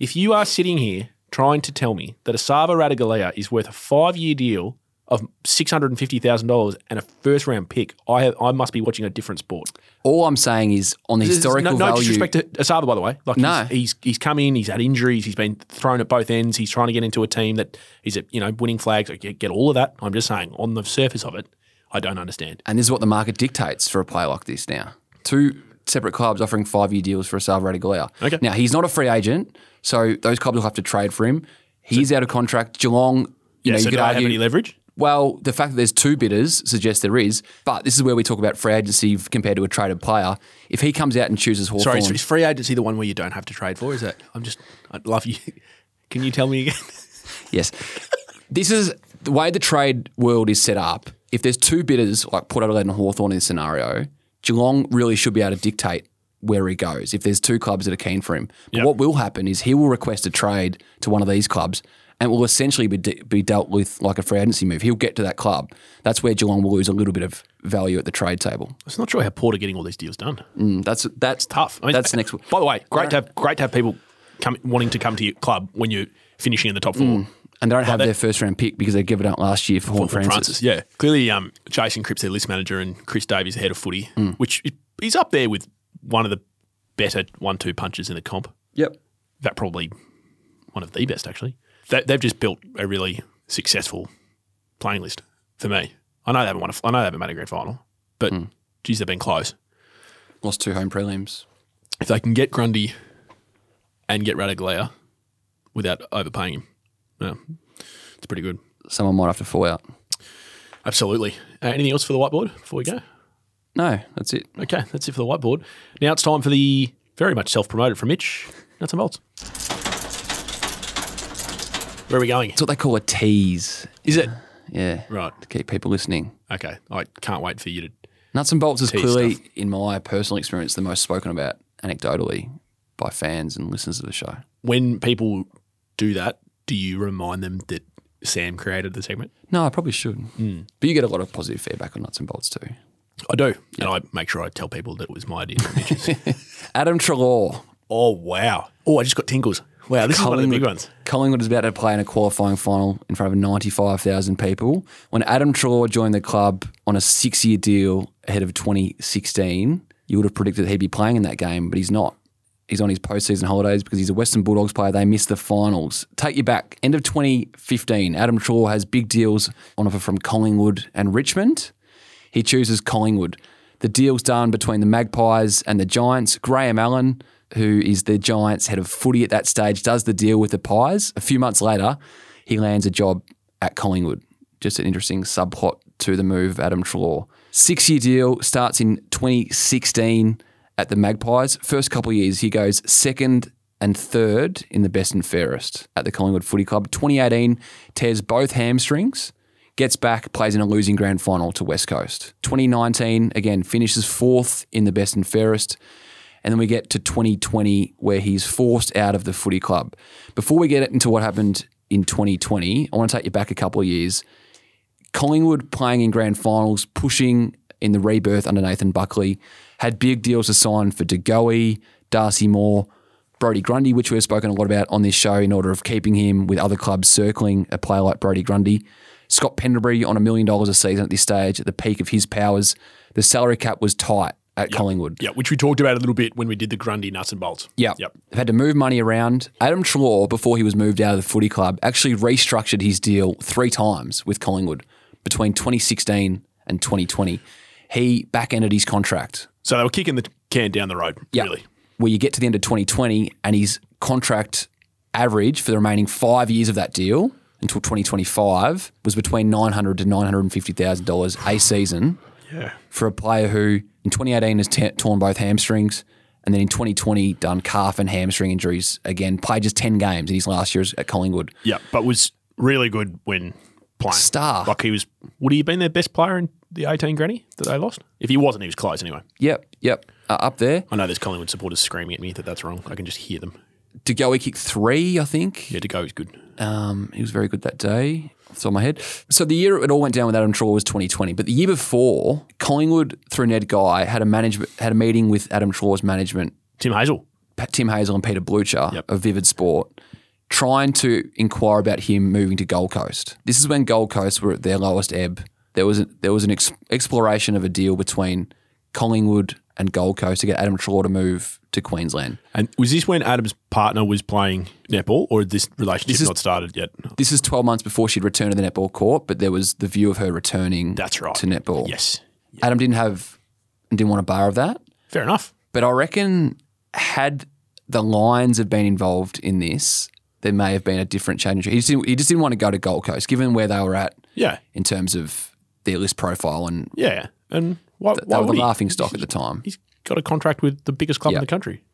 A: if you are sitting here trying to tell me that a Sava Radigalea is worth a five year deal of six hundred and fifty thousand dollars and a first round pick, I have, I must be watching a different sport.
B: All I'm saying is on the
A: There's
B: historical
A: no, no
B: value.
A: disrespect to Asaba, by the way. Like
B: No.
A: he's, he's he's come in, he's had injuries, he's been thrown at both ends. He's trying to get into a team that he's at, you know winning flags. I get, get all of that. I'm just saying on the surface of it, I don't understand.
B: and this is what the market dictates for a player like this now. Two separate clubs offering five year deals for Asav Radigalea.
A: Okay.
B: Now, he's not a free agent, so those clubs will have to trade for him. He's out of contract. Geelong, you know,
A: so
B: you could
A: do I have
B: argue.
A: any leverage?
B: Well, the fact that there's two bidders suggests there is, but this is where we talk about free agency compared to a traded player. If he comes out and chooses
A: Sorry,
B: Hawthorn,
A: is, is free agency the one where you don't have to trade for? Is that? I'm just, I love you. Can you tell me again?
B: Yes. this is the way the trade world is set up. If there's two bidders like Port Adelaide and Hawthorn in this scenario, Geelong really should be able to dictate where he goes if there's two clubs that are keen for him. But
A: Yep.
B: what will happen is he will request a trade to one of these clubs and will essentially be, de- be dealt with like a free agency move. He'll get to that club. That's where Geelong will lose a little bit of value at the trade table.
A: I'm just not sure how Port are getting all these deals done.
B: Mm, that's that's
A: Tough. I mean,
B: that's next.
A: By the way, great to have great to have people come, wanting to come to your club when you're finishing in the top four.
B: And they don't have their first round pick because they gave it out last year for Horn
A: Paul
B: Francis.
A: Yeah, clearly, um, Jason Cripps, their list manager, and Chris Davies, the head of footy, which is- he's up there with one of the better one-two punches in the comp.
B: Yep.
A: That probably one of the best, actually. They, they've just built a really successful playing list for me. I know they haven't won. A, I know they haven't made a grand final, but geez, they've been close.
B: Lost two home prelims.
A: If they can get Grundy and get Radaglia without overpaying him, yeah, it's pretty good.
B: Someone might have to fall out.
A: Absolutely. Uh, anything else for the whiteboard before we go?
B: No, that's it.
A: Okay, that's it for the whiteboard. Now it's time for the very much self-promoted from Mitch. Nuts and bolts. Where are we going?
B: It's what they call a tease.
A: Is it
B: Yeah.
A: right?
B: To keep people listening.
A: Okay, I can't wait for you to.
B: Nuts and bolts is
A: Tease
B: clearly, in my personal experience, the most spoken about anecdotally by fans and listeners of the show.
A: When people do that, do you remind them that Sam created the segment?
B: No, I probably should.
A: Hmm.
B: But you get a lot of positive feedback on nuts and bolts too.
A: I do, and I make sure I tell people that it was my idea. not Mitch's.
B: Adam Trelaw.
A: oh wow! Oh, I just got tingles. Wow, this is one of the big ones.
B: Collingwood is about to play in a qualifying final in front of 95,000 people. When Adam Trelaw joined the club on a six year deal ahead of 2016, you would have predicted he'd be playing in that game, but he's not. He's on his postseason holidays because he's a Western Bulldogs player. They missed the finals. Take you back, end of 2015, Adam Trelaw has big deals on offer from Collingwood and Richmond. He chooses Collingwood. The deal's done between the Magpies and the Giants. Graham Allen, who is the Giants head of footy at that stage, does the deal with the Pies. A few months later, he lands a job at Collingwood. Just an interesting subplot to the move of Adam Trelaw. Six year deal starts in 2016 at the Magpies. First couple of years, he goes second and third in the best and fairest at the Collingwood Footy Club. 2018 tears both hamstrings gets back, plays in a losing grand final to West Coast. 2019, again, finishes fourth in the best and fairest. And then we get to 2020, where he's forced out of the footy club. Before we get into what happened in 2020, I want to take you back a couple of years. Collingwood playing in grand finals, pushing in the rebirth under Nathan Buckley, had big deals to sign for De Goey, Darcy Moore, Brody Grundy, which we've spoken a lot about on this show in order of keeping him with other clubs circling a player like Brody Grundy. Scott Pendlebury on a million dollars a season at this stage, at the peak of his powers. The salary cap was tight at Collingwood.
A: Yeah, which we talked about a little bit when we did the Grundy nuts and bolts.
B: Yeah.
A: Yep.
B: They've had to move money around. Adam Trelaw, before he was moved out of the footy club, actually restructured his deal three times with Collingwood between 2016 and 2020. He back ended his contract.
A: So they were kicking the can down the road,
B: Yeah.
A: really.
B: Where you get to the end of 2020 and his contract average for the remaining five years of that deal until 2025 was between 900 to $950,000 a season
A: Yeah.
B: for a player who in 2018 has t- torn both hamstrings and then in 2020 done calf and hamstring injuries again, played just 10 games in his last years at Collingwood.
A: Yeah, but was really good when playing.
B: Star.
A: Like he was, would he have been their best player in the 18 granny that they lost? If he wasn't, he was close anyway.
B: Yep, yep, uh, up there.
A: I know there's Collingwood supporters screaming at me that that's wrong. I can just hear them.
B: De Goey kicked three, I think.
A: Yeah, to go is good.
B: Um, he was very good that day, off the top of my head. So the year it all went down with Adam Trelaw was 2020. But the year before, Collingwood, through Ned Guy, had a management had a meeting with Adam Trelaw's management
A: Tim Hazel.
B: P- Tim Hazel and Peter Blucher
A: Yep.
B: of Vivid Sport trying to inquire about him moving to Gold Coast. This is when Gold Coast were at their lowest ebb. There was a, there was an ex- exploration of a deal between Collingwood and Gold Coast to get Adam Trelaw to move to Queensland.
A: And was this when Adam's partner was playing netball, or had this relationship
B: is-
A: not started yet?
B: This is 12 months before she'd returned to the netball court, but there was the view of her returning
A: That's right.
B: to netball.
A: Yes.
B: Adam didn't have didn't want a bar of that.
A: Fair enough.
B: But I reckon had the Lions have been involved in this, there may have been a different change. He just didn't, he just didn't want to go to Gold Coast, given where they were at
A: Yeah.
B: in terms of their list profile, and
A: Yeah. And why,
B: they
A: why
B: were the
A: would he?
B: laughing stock at the time.
A: He's got a contract with the biggest club
B: Yeah.
A: in the country.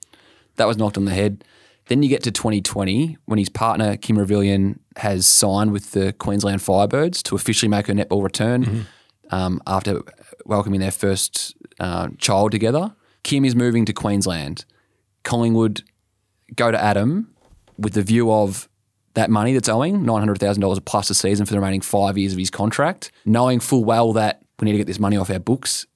B: That was knocked on the head. Then you get to 2020 when his partner Kim Revillian has signed with the Queensland Firebirds to officially make her netball return um, after welcoming their first uh, child together. Kim is moving to Queensland. Collingwood go to Adam with the view of that money that's owing, $900,000 plus a season for the remaining five years of his contract, knowing full well that we need to get this money off our books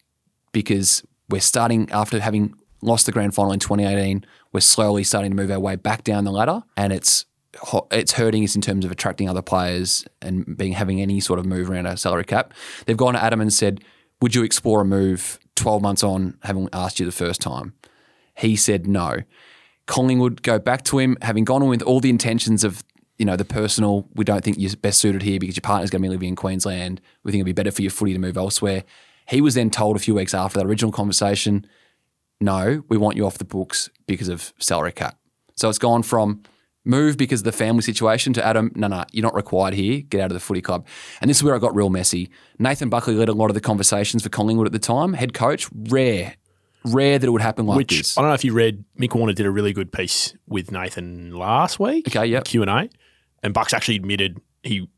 B: because we're starting after having lost the grand final in 2018. We're slowly starting to move our way back down the ladder, and it's ho- it's hurting us in terms of attracting other players and being having any sort of move around our salary cap. They've gone to Adam and said, "Would you explore a move 12 months on, having asked you the first time?" He said no. Collingwood go back to him, having gone in with all the intentions of, you know, the personal, we don't think you're best suited here because your partner's going to be living in Queensland. We think it'd be better for your footy to move elsewhere. He was then told a few weeks after that original conversation, no, we want you off the books because of salary cap. So it's gone from move because of the family situation to Adam, no, no, you're not required here. Get out of the footy club. And this is where I got real messy. Nathan Buckley led a lot of the conversations for Collingwood at the time. Head coach, rare, rare that it would happen like
A: Which
B: this.
A: I don't know if you read. Mick Warner did a really good piece with Nathan last week.
B: Okay, yep.
A: Q and A, and Bucks actually admitted he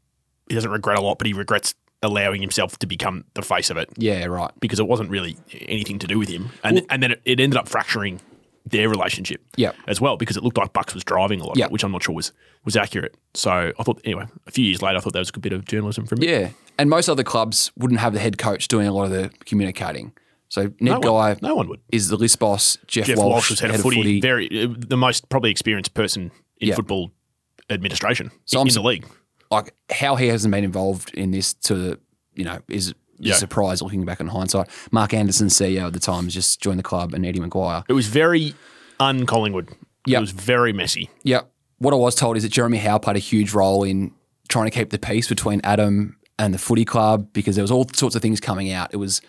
A: he doesn't regret a lot, but he regrets allowing himself to become the face of it
B: Yeah, right.
A: because it wasn't really anything to do with him, and and then it, it ended up fracturing their relationship.
B: Yep.
A: as well because it looked like Bucks was driving a lot, of it,
B: Yep.
A: which I'm not sure was was accurate. So I thought anyway, a few years later, I thought that was a good bit of journalism from Mick.
B: Yeah, and most other clubs wouldn't have the head coach doing a lot of the communicating. So
A: No
B: Ned Guy
A: one, no one would.
B: is the list boss. Jeff,
A: Jeff
B: Walsh,
A: Walsh, was head, of footy, very uh, the most probably experienced person in
B: Yeah.
A: football administration
B: So
A: in,
B: I'm
A: in
B: su-
A: the league.
B: like how he hasn't been involved in this to the you know is. is
A: Yeah.
B: a surprise looking back on hindsight. Mark Anderson, CEO at the time, has just joined the club, and Eddie McGuire.
A: It was very un Collingwood.
B: Yep.
A: It was very messy.
B: Yeah, what I was told is that Jeremy Howe played a huge role in trying to keep the peace between Adam and the footy club because there was all sorts of things coming out. It was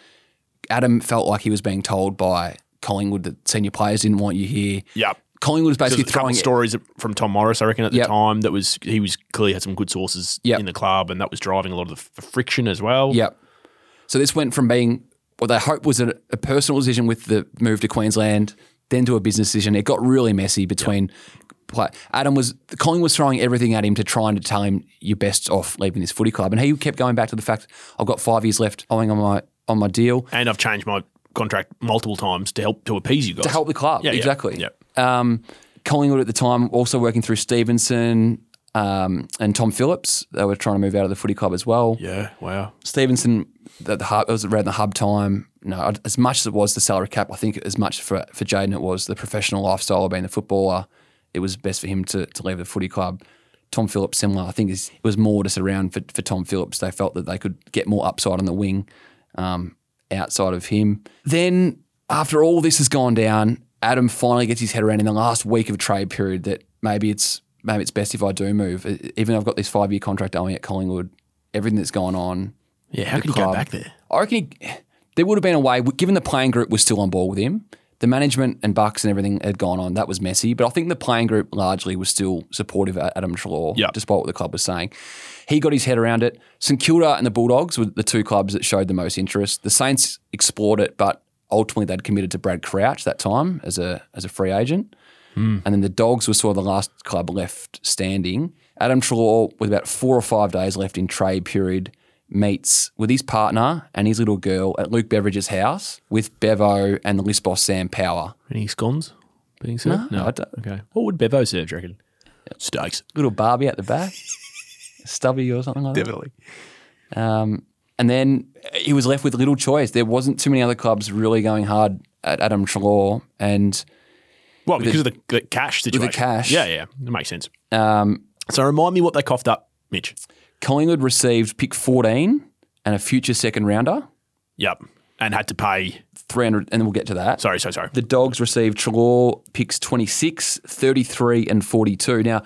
B: Adam felt like he was being told by Collingwood that senior players didn't want you here.
A: Yep.
B: Collingwood was
A: There's a
B: basically
A: couple
B: throwing
A: of stories from Tom Morris, I reckon, at the
B: Yep.
A: time that was he was clearly had some good sources
B: Yep.
A: in the club, and that was driving a lot of the f- friction as well.
B: Yep. So this went from being what they hoped was a, a personal decision with the move to Queensland, then to a business decision. It got really messy between. Play. Adam was Colin was throwing everything at him to try and to tell him you're best off leaving this footy club, and he kept going back to the fact I've got five years left owing on my on my deal
A: And I've changed my contract multiple times to help to appease you guys.
B: to help the club.
A: Yeah, yeah,
B: exactly.
A: yeah.
B: Um, Collingwood at the time also working through Stevenson um, and Tom Phillips. They were trying to move out of the footy club as well.
A: Yeah, wow.
B: Stevenson at the hub, it was around the hub time. No, I- as much as it was the salary cap, I think as much for for Jaden it was the professional lifestyle of being the footballer. It was best for him to, to leave the footy club. Tom Phillips, similar. I think is- it was more just around for, for Tom Phillips. They felt that they could get more upside on the wing um, outside of him. Then, after all this has gone down, Adam finally gets his head around in the last week of trade period that maybe it's maybe it's best if I do move. E- Even though I've got this five year contract owing at Collingwood, everything that's gone on,
A: Yeah, how could you go
B: club.
A: back there?
B: I reckon he, there would have been a way, given the playing group was still on board with him. The management and Bucks and everything had gone on. That was messy, but I think the playing group largely was still supportive of Adam Trelaw,
A: Yeah.
B: despite what the club was saying. He got his head around it. St Kilda and the Bulldogs were the two clubs that showed the most interest. The Saints explored it, but ultimately they'd committed to Brad Crouch that time as a as a free agent. And then the Dogs were sort of the last club left standing. Adam Trelaw, with about four or five days left in trade period, meets with his partner and his little girl at Luke Beveridge's house with Bevo and the list boss Sam Power.
A: Any scones being served?
B: No, I don't-
A: Okay. What would Bevo serve, do you reckon? Steaks.
B: Little Barbie at the back, stubby or something like that.
A: Definitely.
B: Um, and then he was left with little choice. There wasn't too many other clubs really going hard at Adam Trelaw, and
A: Well, because of the, the cash situation.
B: cash.
A: Yeah, yeah. It makes sense.
B: um,
A: So remind me what they coughed up, Mitch.
B: Collingwood received pick 14 and a future second rounder,
A: Yep. And had to pay.
B: 300, and we'll get to that.
A: Sorry, so sorry.
B: The Dogs received Trelaw picks 26, 33, and 42. Now,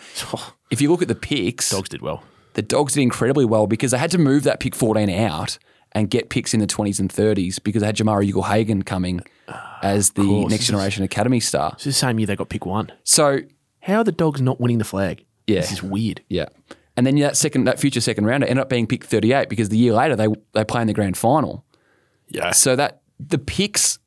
B: if you look at the picks,
A: Dogs did well.
B: the Dogs did incredibly well because they had to move that pick 14 out and get picks in the 20s and 30s because they had Jamara Eagle Hagen coming as the
A: Ah, course.
B: next generation academy star.
A: It's the same year they got pick one.
B: So,
A: How are the dogs not winning the flag?
B: Yeah.
A: This is weird.
B: yeah. And then that second, that future second rounder ended up being pick 38 because the year later they, they play in the grand final.
A: Yeah.
B: So that the picks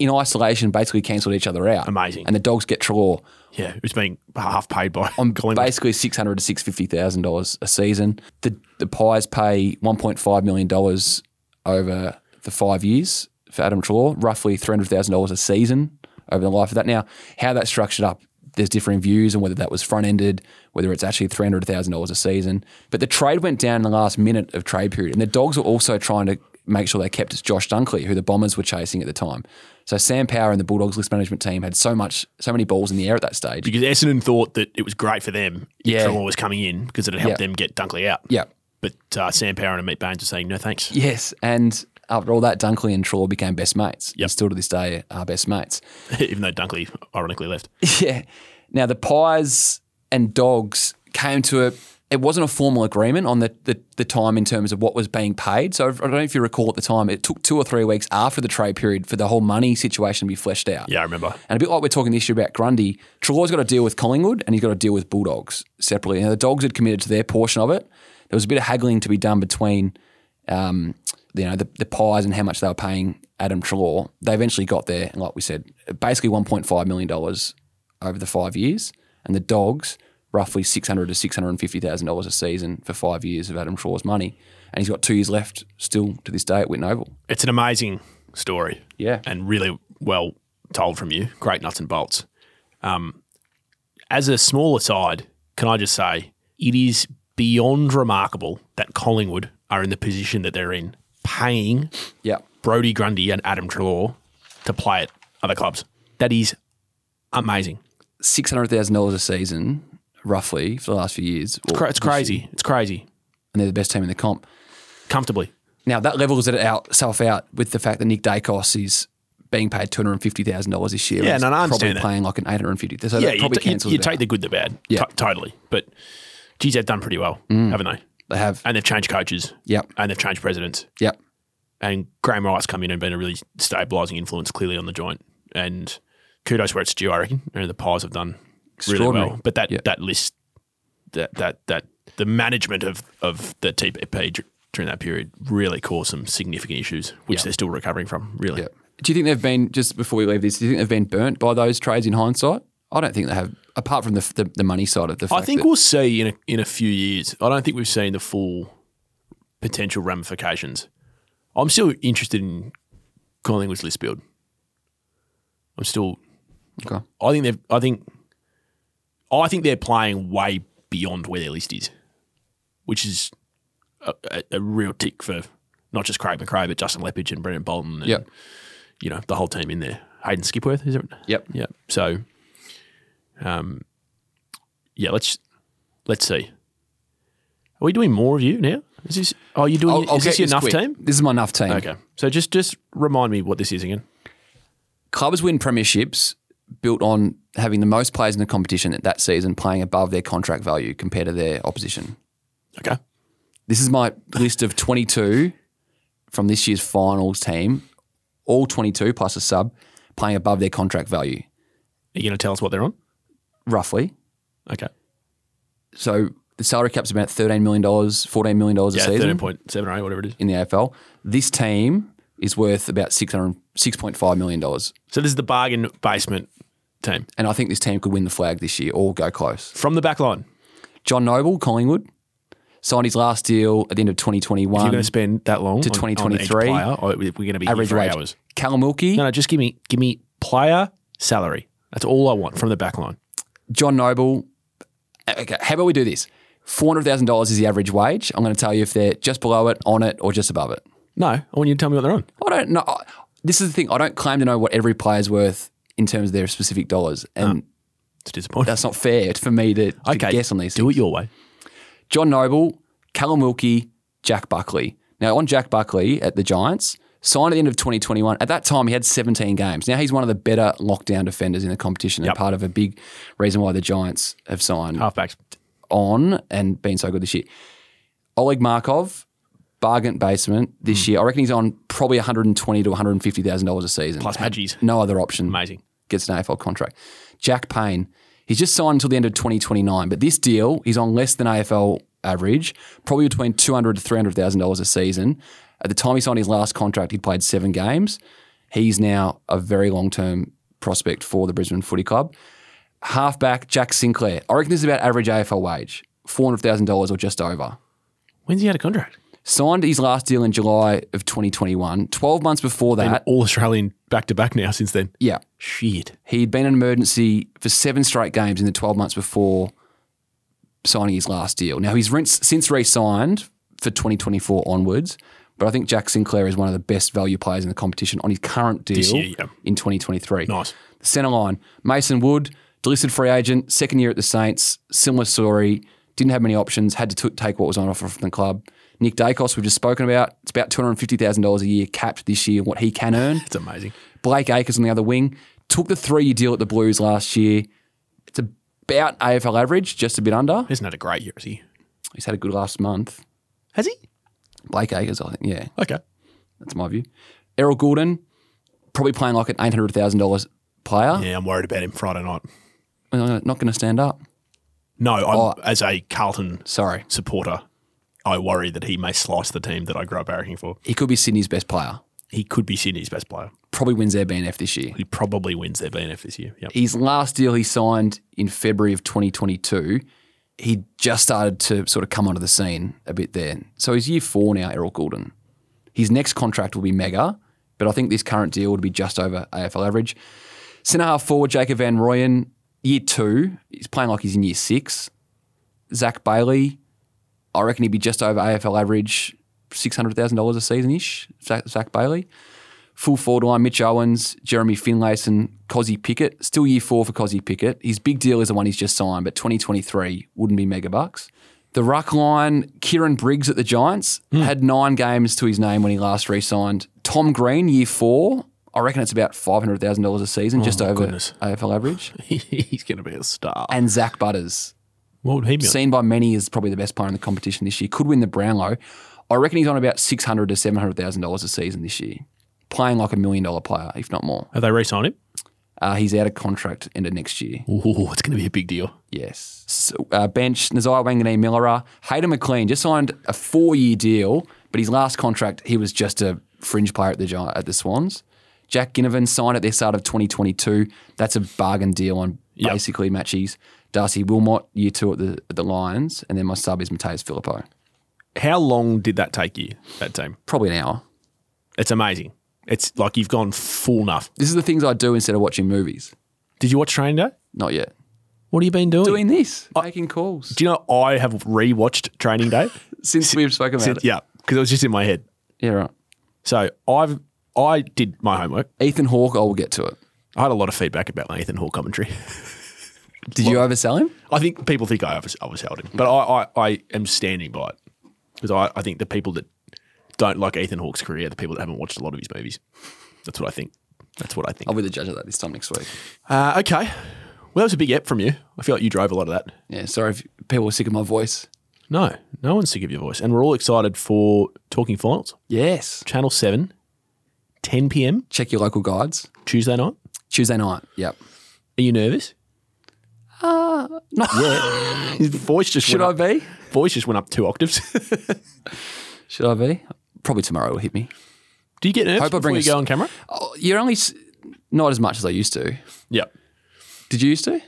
B: in isolation basically cancelled each other out.
A: Amazing.
B: And the Dogs get Trelaw.
A: Yeah. It's being half paid by
B: on
A: Collingwood.
B: basically six hundred to six fifty thousand dollars a season. The the Pies pay one point five million dollars over the five years for Adam Trelaw, roughly three hundred thousand dollars a season over the life of that. Now, how that's structured up, there's differing views on whether that was front ended, whether it's actually three hundred thousand dollars a season. But the trade went down in the last minute of trade period, and the Dogs were also trying to make sure they kept Josh Dunkley, who the Bombers were chasing at the time. So Sam Power and the Bulldogs list management team had so much, so many balls in the air at that stage.
A: Because Essendon thought that it was great for them if
B: Yeah.
A: Trelaw was coming in because it had helped
B: Yeah.
A: them get Dunkley out.
B: Yeah.
A: But uh, Sam Power and Amit Baines are saying, no thanks.
B: Yes, and after all that, Dunkley and Trelaw became best mates.
A: Yep.
B: And still to this day are best mates.
A: Even though Dunkley ironically left.
B: yeah. Now the Pies and Dogs came to a. It wasn't a formal agreement on the, the, the time in terms of what was being paid. So I don't know if you recall at the time, it took two or three weeks after the trade period for the whole money situation to be fleshed out.
A: Yeah, I remember.
B: And a bit like we're talking this year about Grundy, Trelaw's got to deal with Collingwood and he's got to deal with Bulldogs separately. Now, the Dogs had committed to their portion of it. There was a bit of haggling to be done between um, you know, the, the Pies and how much they were paying Adam Trelaw. They eventually got there, and like we said, basically $1.5 million over the five years. And the Dogs, roughly six hundred to $650,000 a season for five years of Adam Trelaw's money. And he's got two years left still to this day at Witten Oval.
A: It's an amazing story.
B: Yeah.
A: And really well told from you. Great nuts and bolts. Um, as a small aside, can I just say it is beyond remarkable that Collingwood are in the position that they're in, paying
B: Yeah.
A: Brody Grundy and Adam Trelaw to play at other clubs. That is amazing.
B: six hundred thousand dollars a season, roughly, for the last few years.
A: It's, cra- it's crazy. It's crazy.
B: and they're the best team in the comp.
A: Comfortably.
B: Now that levels it out self out with the fact that Nick Dacos is being paid two hundred and fifty thousand dollars this year.
A: Yeah,
B: and
A: no, no, I
B: he's
A: understand
B: probably
A: that.
B: playing like an eight hundred and fifty. So
A: yeah,
B: that
A: you,
B: probably
A: t- you-
B: cancels
A: you
B: it
A: take
B: out.
A: the good, the bad.
B: Yeah.
A: T- totally. But geez, they've done pretty well, haven't they?
B: They have.
A: And they've changed coaches.
B: Yep.
A: And they've changed presidents.
B: Yep.
A: And Graham Wright's come in and been a really stabilising influence clearly on the joint. And kudos where it's due, I reckon. And the Pies have done really
B: Extraordinary.
A: well. But that
B: Yeah.
A: that list, that that that the management of of the TPP during that period really caused some significant issues, which they're still recovering from, really.
B: Yeah. Do you think they've been just before we leave this? Do you think they've been burnt by those trades in hindsight? I don't think they have, apart from the the, the money side of the.
A: I
B: Fact
A: think
B: that,
A: we'll see in a, in a few years. I don't think we've seen the full potential ramifications. I'm still interested in Coin Language List Build. I'm still.
B: okay.
A: I think they've. I think. I think they're playing way beyond where their list is, which is a, a, a real tick for not just Craig McRae but Justin Leppich and Brendan Bolton. And,
B: Yep.
A: You know the whole team in there. Hayden Skipworth is it?
B: Yep.
A: Yeah. So, um, yeah, let's let's see. Are we doing more of you now? Is this? Are you doing?
B: I'll, I'll
A: is this your
B: get
A: enough
B: quick.
A: team?
B: This is my enough team.
A: Okay. So just just remind me what this is again.
B: Clubs win premierships built on having the most players in the competition that, that season playing above their contract value compared to their opposition.
A: Okay.
B: This is my list of 22 from this year's finals team, all 22 plus a sub playing above their contract value,
A: Are you going to tell us what they're on?
B: roughly.
A: Okay.
B: So the salary cap's about $13 million, $14 million a
A: Yeah,
B: season.
A: thirteen point seven or eight, whatever it is.
B: in the AFL. This team is worth about $600 $6.5 million.
A: So this is the bargain basement team
B: And I think this team could win the flag this year or go close.
A: from the back line.
B: John Noble, Collingwood, signed his last deal at the end of
A: If you're going
B: 2021.
A: to spend that long to
B: 2023,
A: we're going to be average
B: Average
A: for
B: wage.
A: hours.
B: Callum Wilkie,
A: No, no, just give me give me player salary. That's all I want from the back line.
B: John Noble. uh, Okay, how about we do this? $400,000 is the average wage. I'm going to tell you if they're just below it, on it, or just above it.
A: No, I want you to tell me what they're on.
B: I don't know. This is the thing. I don't claim to know what every player's worth in terms of their specific dollars. And
A: It's disappointing.
B: that's not fair It's for me to, to guess on these
A: Do it your way.
B: John Noble, Callum Wilkie, Jack Buckley. Now, on Jack Buckley at the Giants, signed at the end of 2021. At that time, he had 17 games. Now he's one of the better lockdown defenders in the competition
A: Yep.
B: and part of a big reason why the Giants have signed
A: Halfbacks.
B: on and been so good this year. Oleg Markov, bargain basement this
A: Hmm.
B: year. I reckon he's on probably 120 to 150 thousand dollars a season.
A: Plus
B: Had
A: matches.
B: No other option.
A: Amazing.
B: Gets an AFL contract. Jack Payne, he's just signed until the end of 2029, but this deal he's on less than AFL average, probably between 200 to 300 thousand dollars a season. At the time he signed his last contract, he played seven games. He's now a very long term prospect for the Brisbane Footy Club halfback Jack Sinclair. I reckon this is about average AFL wage, four hundred thousand dollars or just over.
A: When's he out of contract?
B: Signed his last deal in July of 2021. Twelve months before
A: Been
B: that,
A: all Australian back to back now since then.
B: yeah,
A: Shit.
B: he'd been in emergency for seven straight games in the twelve months before signing his last deal. Now he's rent- since re-signed for 2024 onwards, but I think Jack Sinclair is one of the best value players in the competition on his current deal
A: year, yeah.
B: in 2023.
A: Nice.
B: The centre line, Mason Wood, delisted free agent, second year at the Saints, similar story. Didn't have many options, had to t- take what was on offer from the club. Nick Dacos, we've just spoken about. It's about $250,000 a year capped this year, what he can earn.
A: It's amazing.
B: Blake Acres on the other wing. Took the three year deal at the Blues last year. It's about AFL average, just a bit under.
A: Isn't that a great year, is he?
B: He's had a good last month.
A: Has he?
B: Blake Acres, I think. Yeah,
A: Okay.
B: that's my view. Errol Goulden, probably playing like an $800,000 player.
A: Yeah, I'm worried about him Friday night.
B: Uh, Not going to stand up.
A: No, I'm,
B: Oh.
A: as a Carlton
B: Sorry.
A: supporter, I worry that he may slice the team that I grew up barracking for.
B: He could be Sydney's best player.
A: He could be Sydney's best player.
B: Probably wins their BNF this year.
A: He probably wins their BNF this year. Yep.
B: His last deal he signed in February of 2022, he just started to sort of come onto the scene a bit there. So he's year four now, Errol Goulden. His next contract will be mega, but I think this current deal would be just over AFL average. Centre half forward Jacob Van Royen, year two, he's playing like he's in year six. Zach Bailey, I reckon he'd be just over AFL average, six hundred thousand dollars a season ish. Zach, Zach Bailey, full forward line: Mitch Owens, Jeremy Finlayson, Cozzy Pickett. Still year four for Cozzy Pickett. His big deal is the one he's just signed, but twenty twenty three wouldn't be mega bucks. The ruck line: Kieran Briggs at the Giants had nine games to his name when he last re-signed. Tom Green, year four. I reckon it's about five hundred thousand dollars a season, just over
A: goodness.
B: AFL average.
A: He's going to be a star.
B: And Zach Butters,
A: What would he be? on?
B: seen by many as probably the best player in the competition this year. Could win the Brownlow. I reckon he's on about six hundred to seven hundred thousand dollars a season this year, playing like a million dollar player, if not more.
A: Have they re-signed him?
B: Uh, he's out of contract end of next year.
A: Ooh, it's going to be a big deal.
B: Yes. So, uh, bench Nazai Wanganeen Millera, Hayden McLean just signed a four year deal, But his last contract, he was just a fringe player at the Gi- at the Swans. Jack Ginnivan signed at the start of 2022. That's a bargain deal on
A: Yep.
B: basically matches. Darcy Wilmot, year two at the at the Lions, and then my sub is Mateus Filippo.
A: How long did that take you, that team?
B: Probably an hour.
A: It's amazing. It's like you've gone full enough.
B: This is the things I do instead of watching movies.
A: Did you watch Train Day?
B: Not yet.
A: What have you been doing?
B: Doing this, making calls
A: Do you know I have rewatched Training Day?
B: since we've spoken about
A: Since-
B: it.
A: yeah, because it was just in my head.
B: Yeah, right.
A: So I've I did my homework.
B: Ethan Hawke, I will get to it.
A: I had a lot of feedback about my Ethan Hawke commentary.
B: Did you oversell him?
A: I think people think I overs- oversold him, but I, I, I am standing by it because I, I think the people that don't like Ethan Hawke's career, are the people that haven't watched a lot of his movies, that's what I think. That's what I think.
B: I'll be the judge of that this time next week.
A: Uh, okay, well that was a big ep from you. I feel like you drove a lot of that.
B: Yeah, sorry if people were sick of my voice.
A: No, no one's sick of your voice, and we're all excited for Talking Finals,
B: Yes.
A: Channel Seven, 10 p.m.
B: Check your local guides.
A: Tuesday night.
B: Tuesday night. Yep.
A: Are you nervous?
B: Uh, Not yet.
A: His voice just
B: Should
A: went
B: I
A: up-
B: be?
A: Voice just went up two octaves.
B: Should I be? Probably tomorrow will hit me.
A: Do you get nervous
B: Hope I
A: before
B: bring
A: you
B: a
A: go
B: s-
A: on camera?
B: Oh, you're only s- not as much as I used to.
A: Yeah,
B: Did you used to?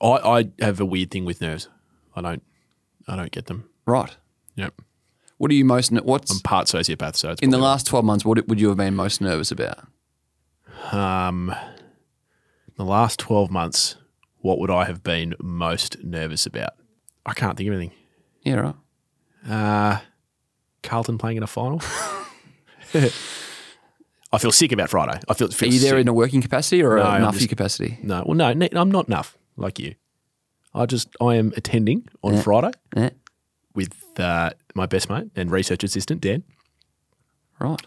A: I, I have a weird thing with nerves. I don't, I don't get them.
B: Right.
A: Yep.
B: What are you most? ner- What's
A: Part sociopath. So it's
B: in the
A: probably-
B: last twelve months? What would you have been most nervous about?
A: um, the last twelve months, what would I have been most nervous about? I can't think of anything.
B: Yeah. Right.
A: Uh, Carlton playing in a final. I feel sick about Friday. I feel.
B: Are
A: feel
B: you there
A: sick.
B: in a working capacity or
A: No,
B: a
A: I'm
B: nuffy
A: just-
B: capacity?
A: no, well, no, Nick, I'm not enough like you. I just I am attending on Friday
B: Yeah.
A: with uh, my best mate and research assistant Dan,
B: Right.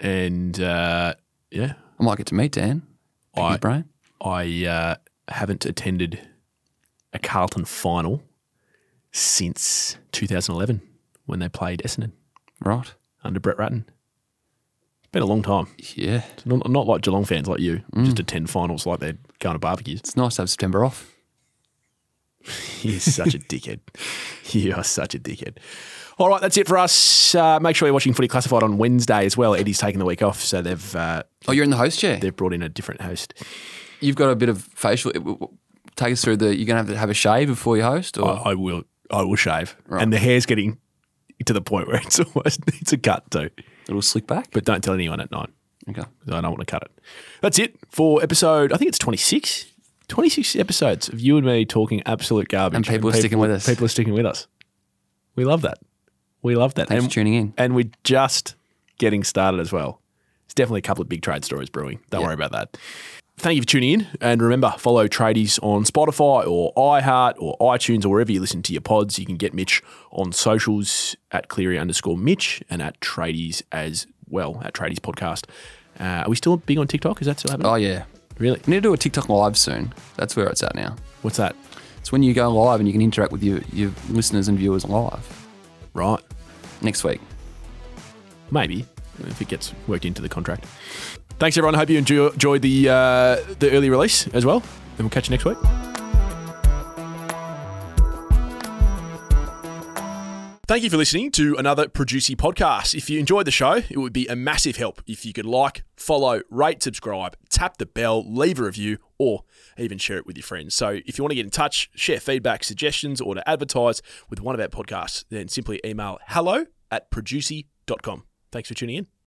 A: and uh, yeah,
B: I might get to meet Dan. Pick
A: I-
B: his brain.
A: I uh, haven't attended a Carlton final since 2011 when they played Essendon
B: Right.
A: under Brett Ratton. Been a long time.
B: Yeah.
A: So Not, not like Geelong fans like you, just attend finals like they're going to barbecues.
B: It's nice to have September off.
A: You're such a dickhead. You are such a dickhead. All right, that's it for us. Uh, make sure you're watching Footy Classified on Wednesday as well. Eddie's taking the week off, so they've uh,
B: Oh, you're in the host chair.
A: they've brought in a different host.
B: You've got a bit of facial. Take us through the. You're gonna have to have a shave before you host, or
A: I, I will. I will shave, and the hair's getting to the point where it's almost needs a cut too.
B: it'll slick back.
A: But don't tell anyone at nine
B: okay.
A: because I don't want to cut it. That's it for episode. I think it's twenty six. 26 episodes of you and me talking absolute garbage.
B: And people are sticking with us.
A: People are sticking with us. We love that. We love that.
B: Thanks
A: And-
B: for tuning in.
A: And we're just getting started as well. It's definitely a couple of big trade stories brewing. Don't worry about that. Thank you for tuning in. And remember, follow Tradies on Spotify or iHeart or iTunes or wherever you listen to your pods. You can get Mitch on socials at Cleary underscore Mitch and at Tradies as well, at Tradies Podcast. Uh, are we still big on TikTok? Is that still happening?
B: Oh yeah.
A: really?
B: We need to do a TikTok live soon. That's where it's at now.
A: What's that?
B: It's when you go live and you can interact with your, your listeners and viewers live
A: Right.
B: next week.
A: Maybe if it gets worked into the contract. Thanks, everyone. I hope you enjoy, enjoyed the uh, the early release as well, and we'll catch you next week. Thank you for listening to another Producy podcast. If you enjoyed the show, it would be a massive help if you could like, follow, rate, subscribe, tap the bell, leave a review, or even share it with your friends. So if you want to get in touch, share feedback, suggestions, or to advertise with one of our podcasts, then simply email hello at producey.com. Thanks for tuning in.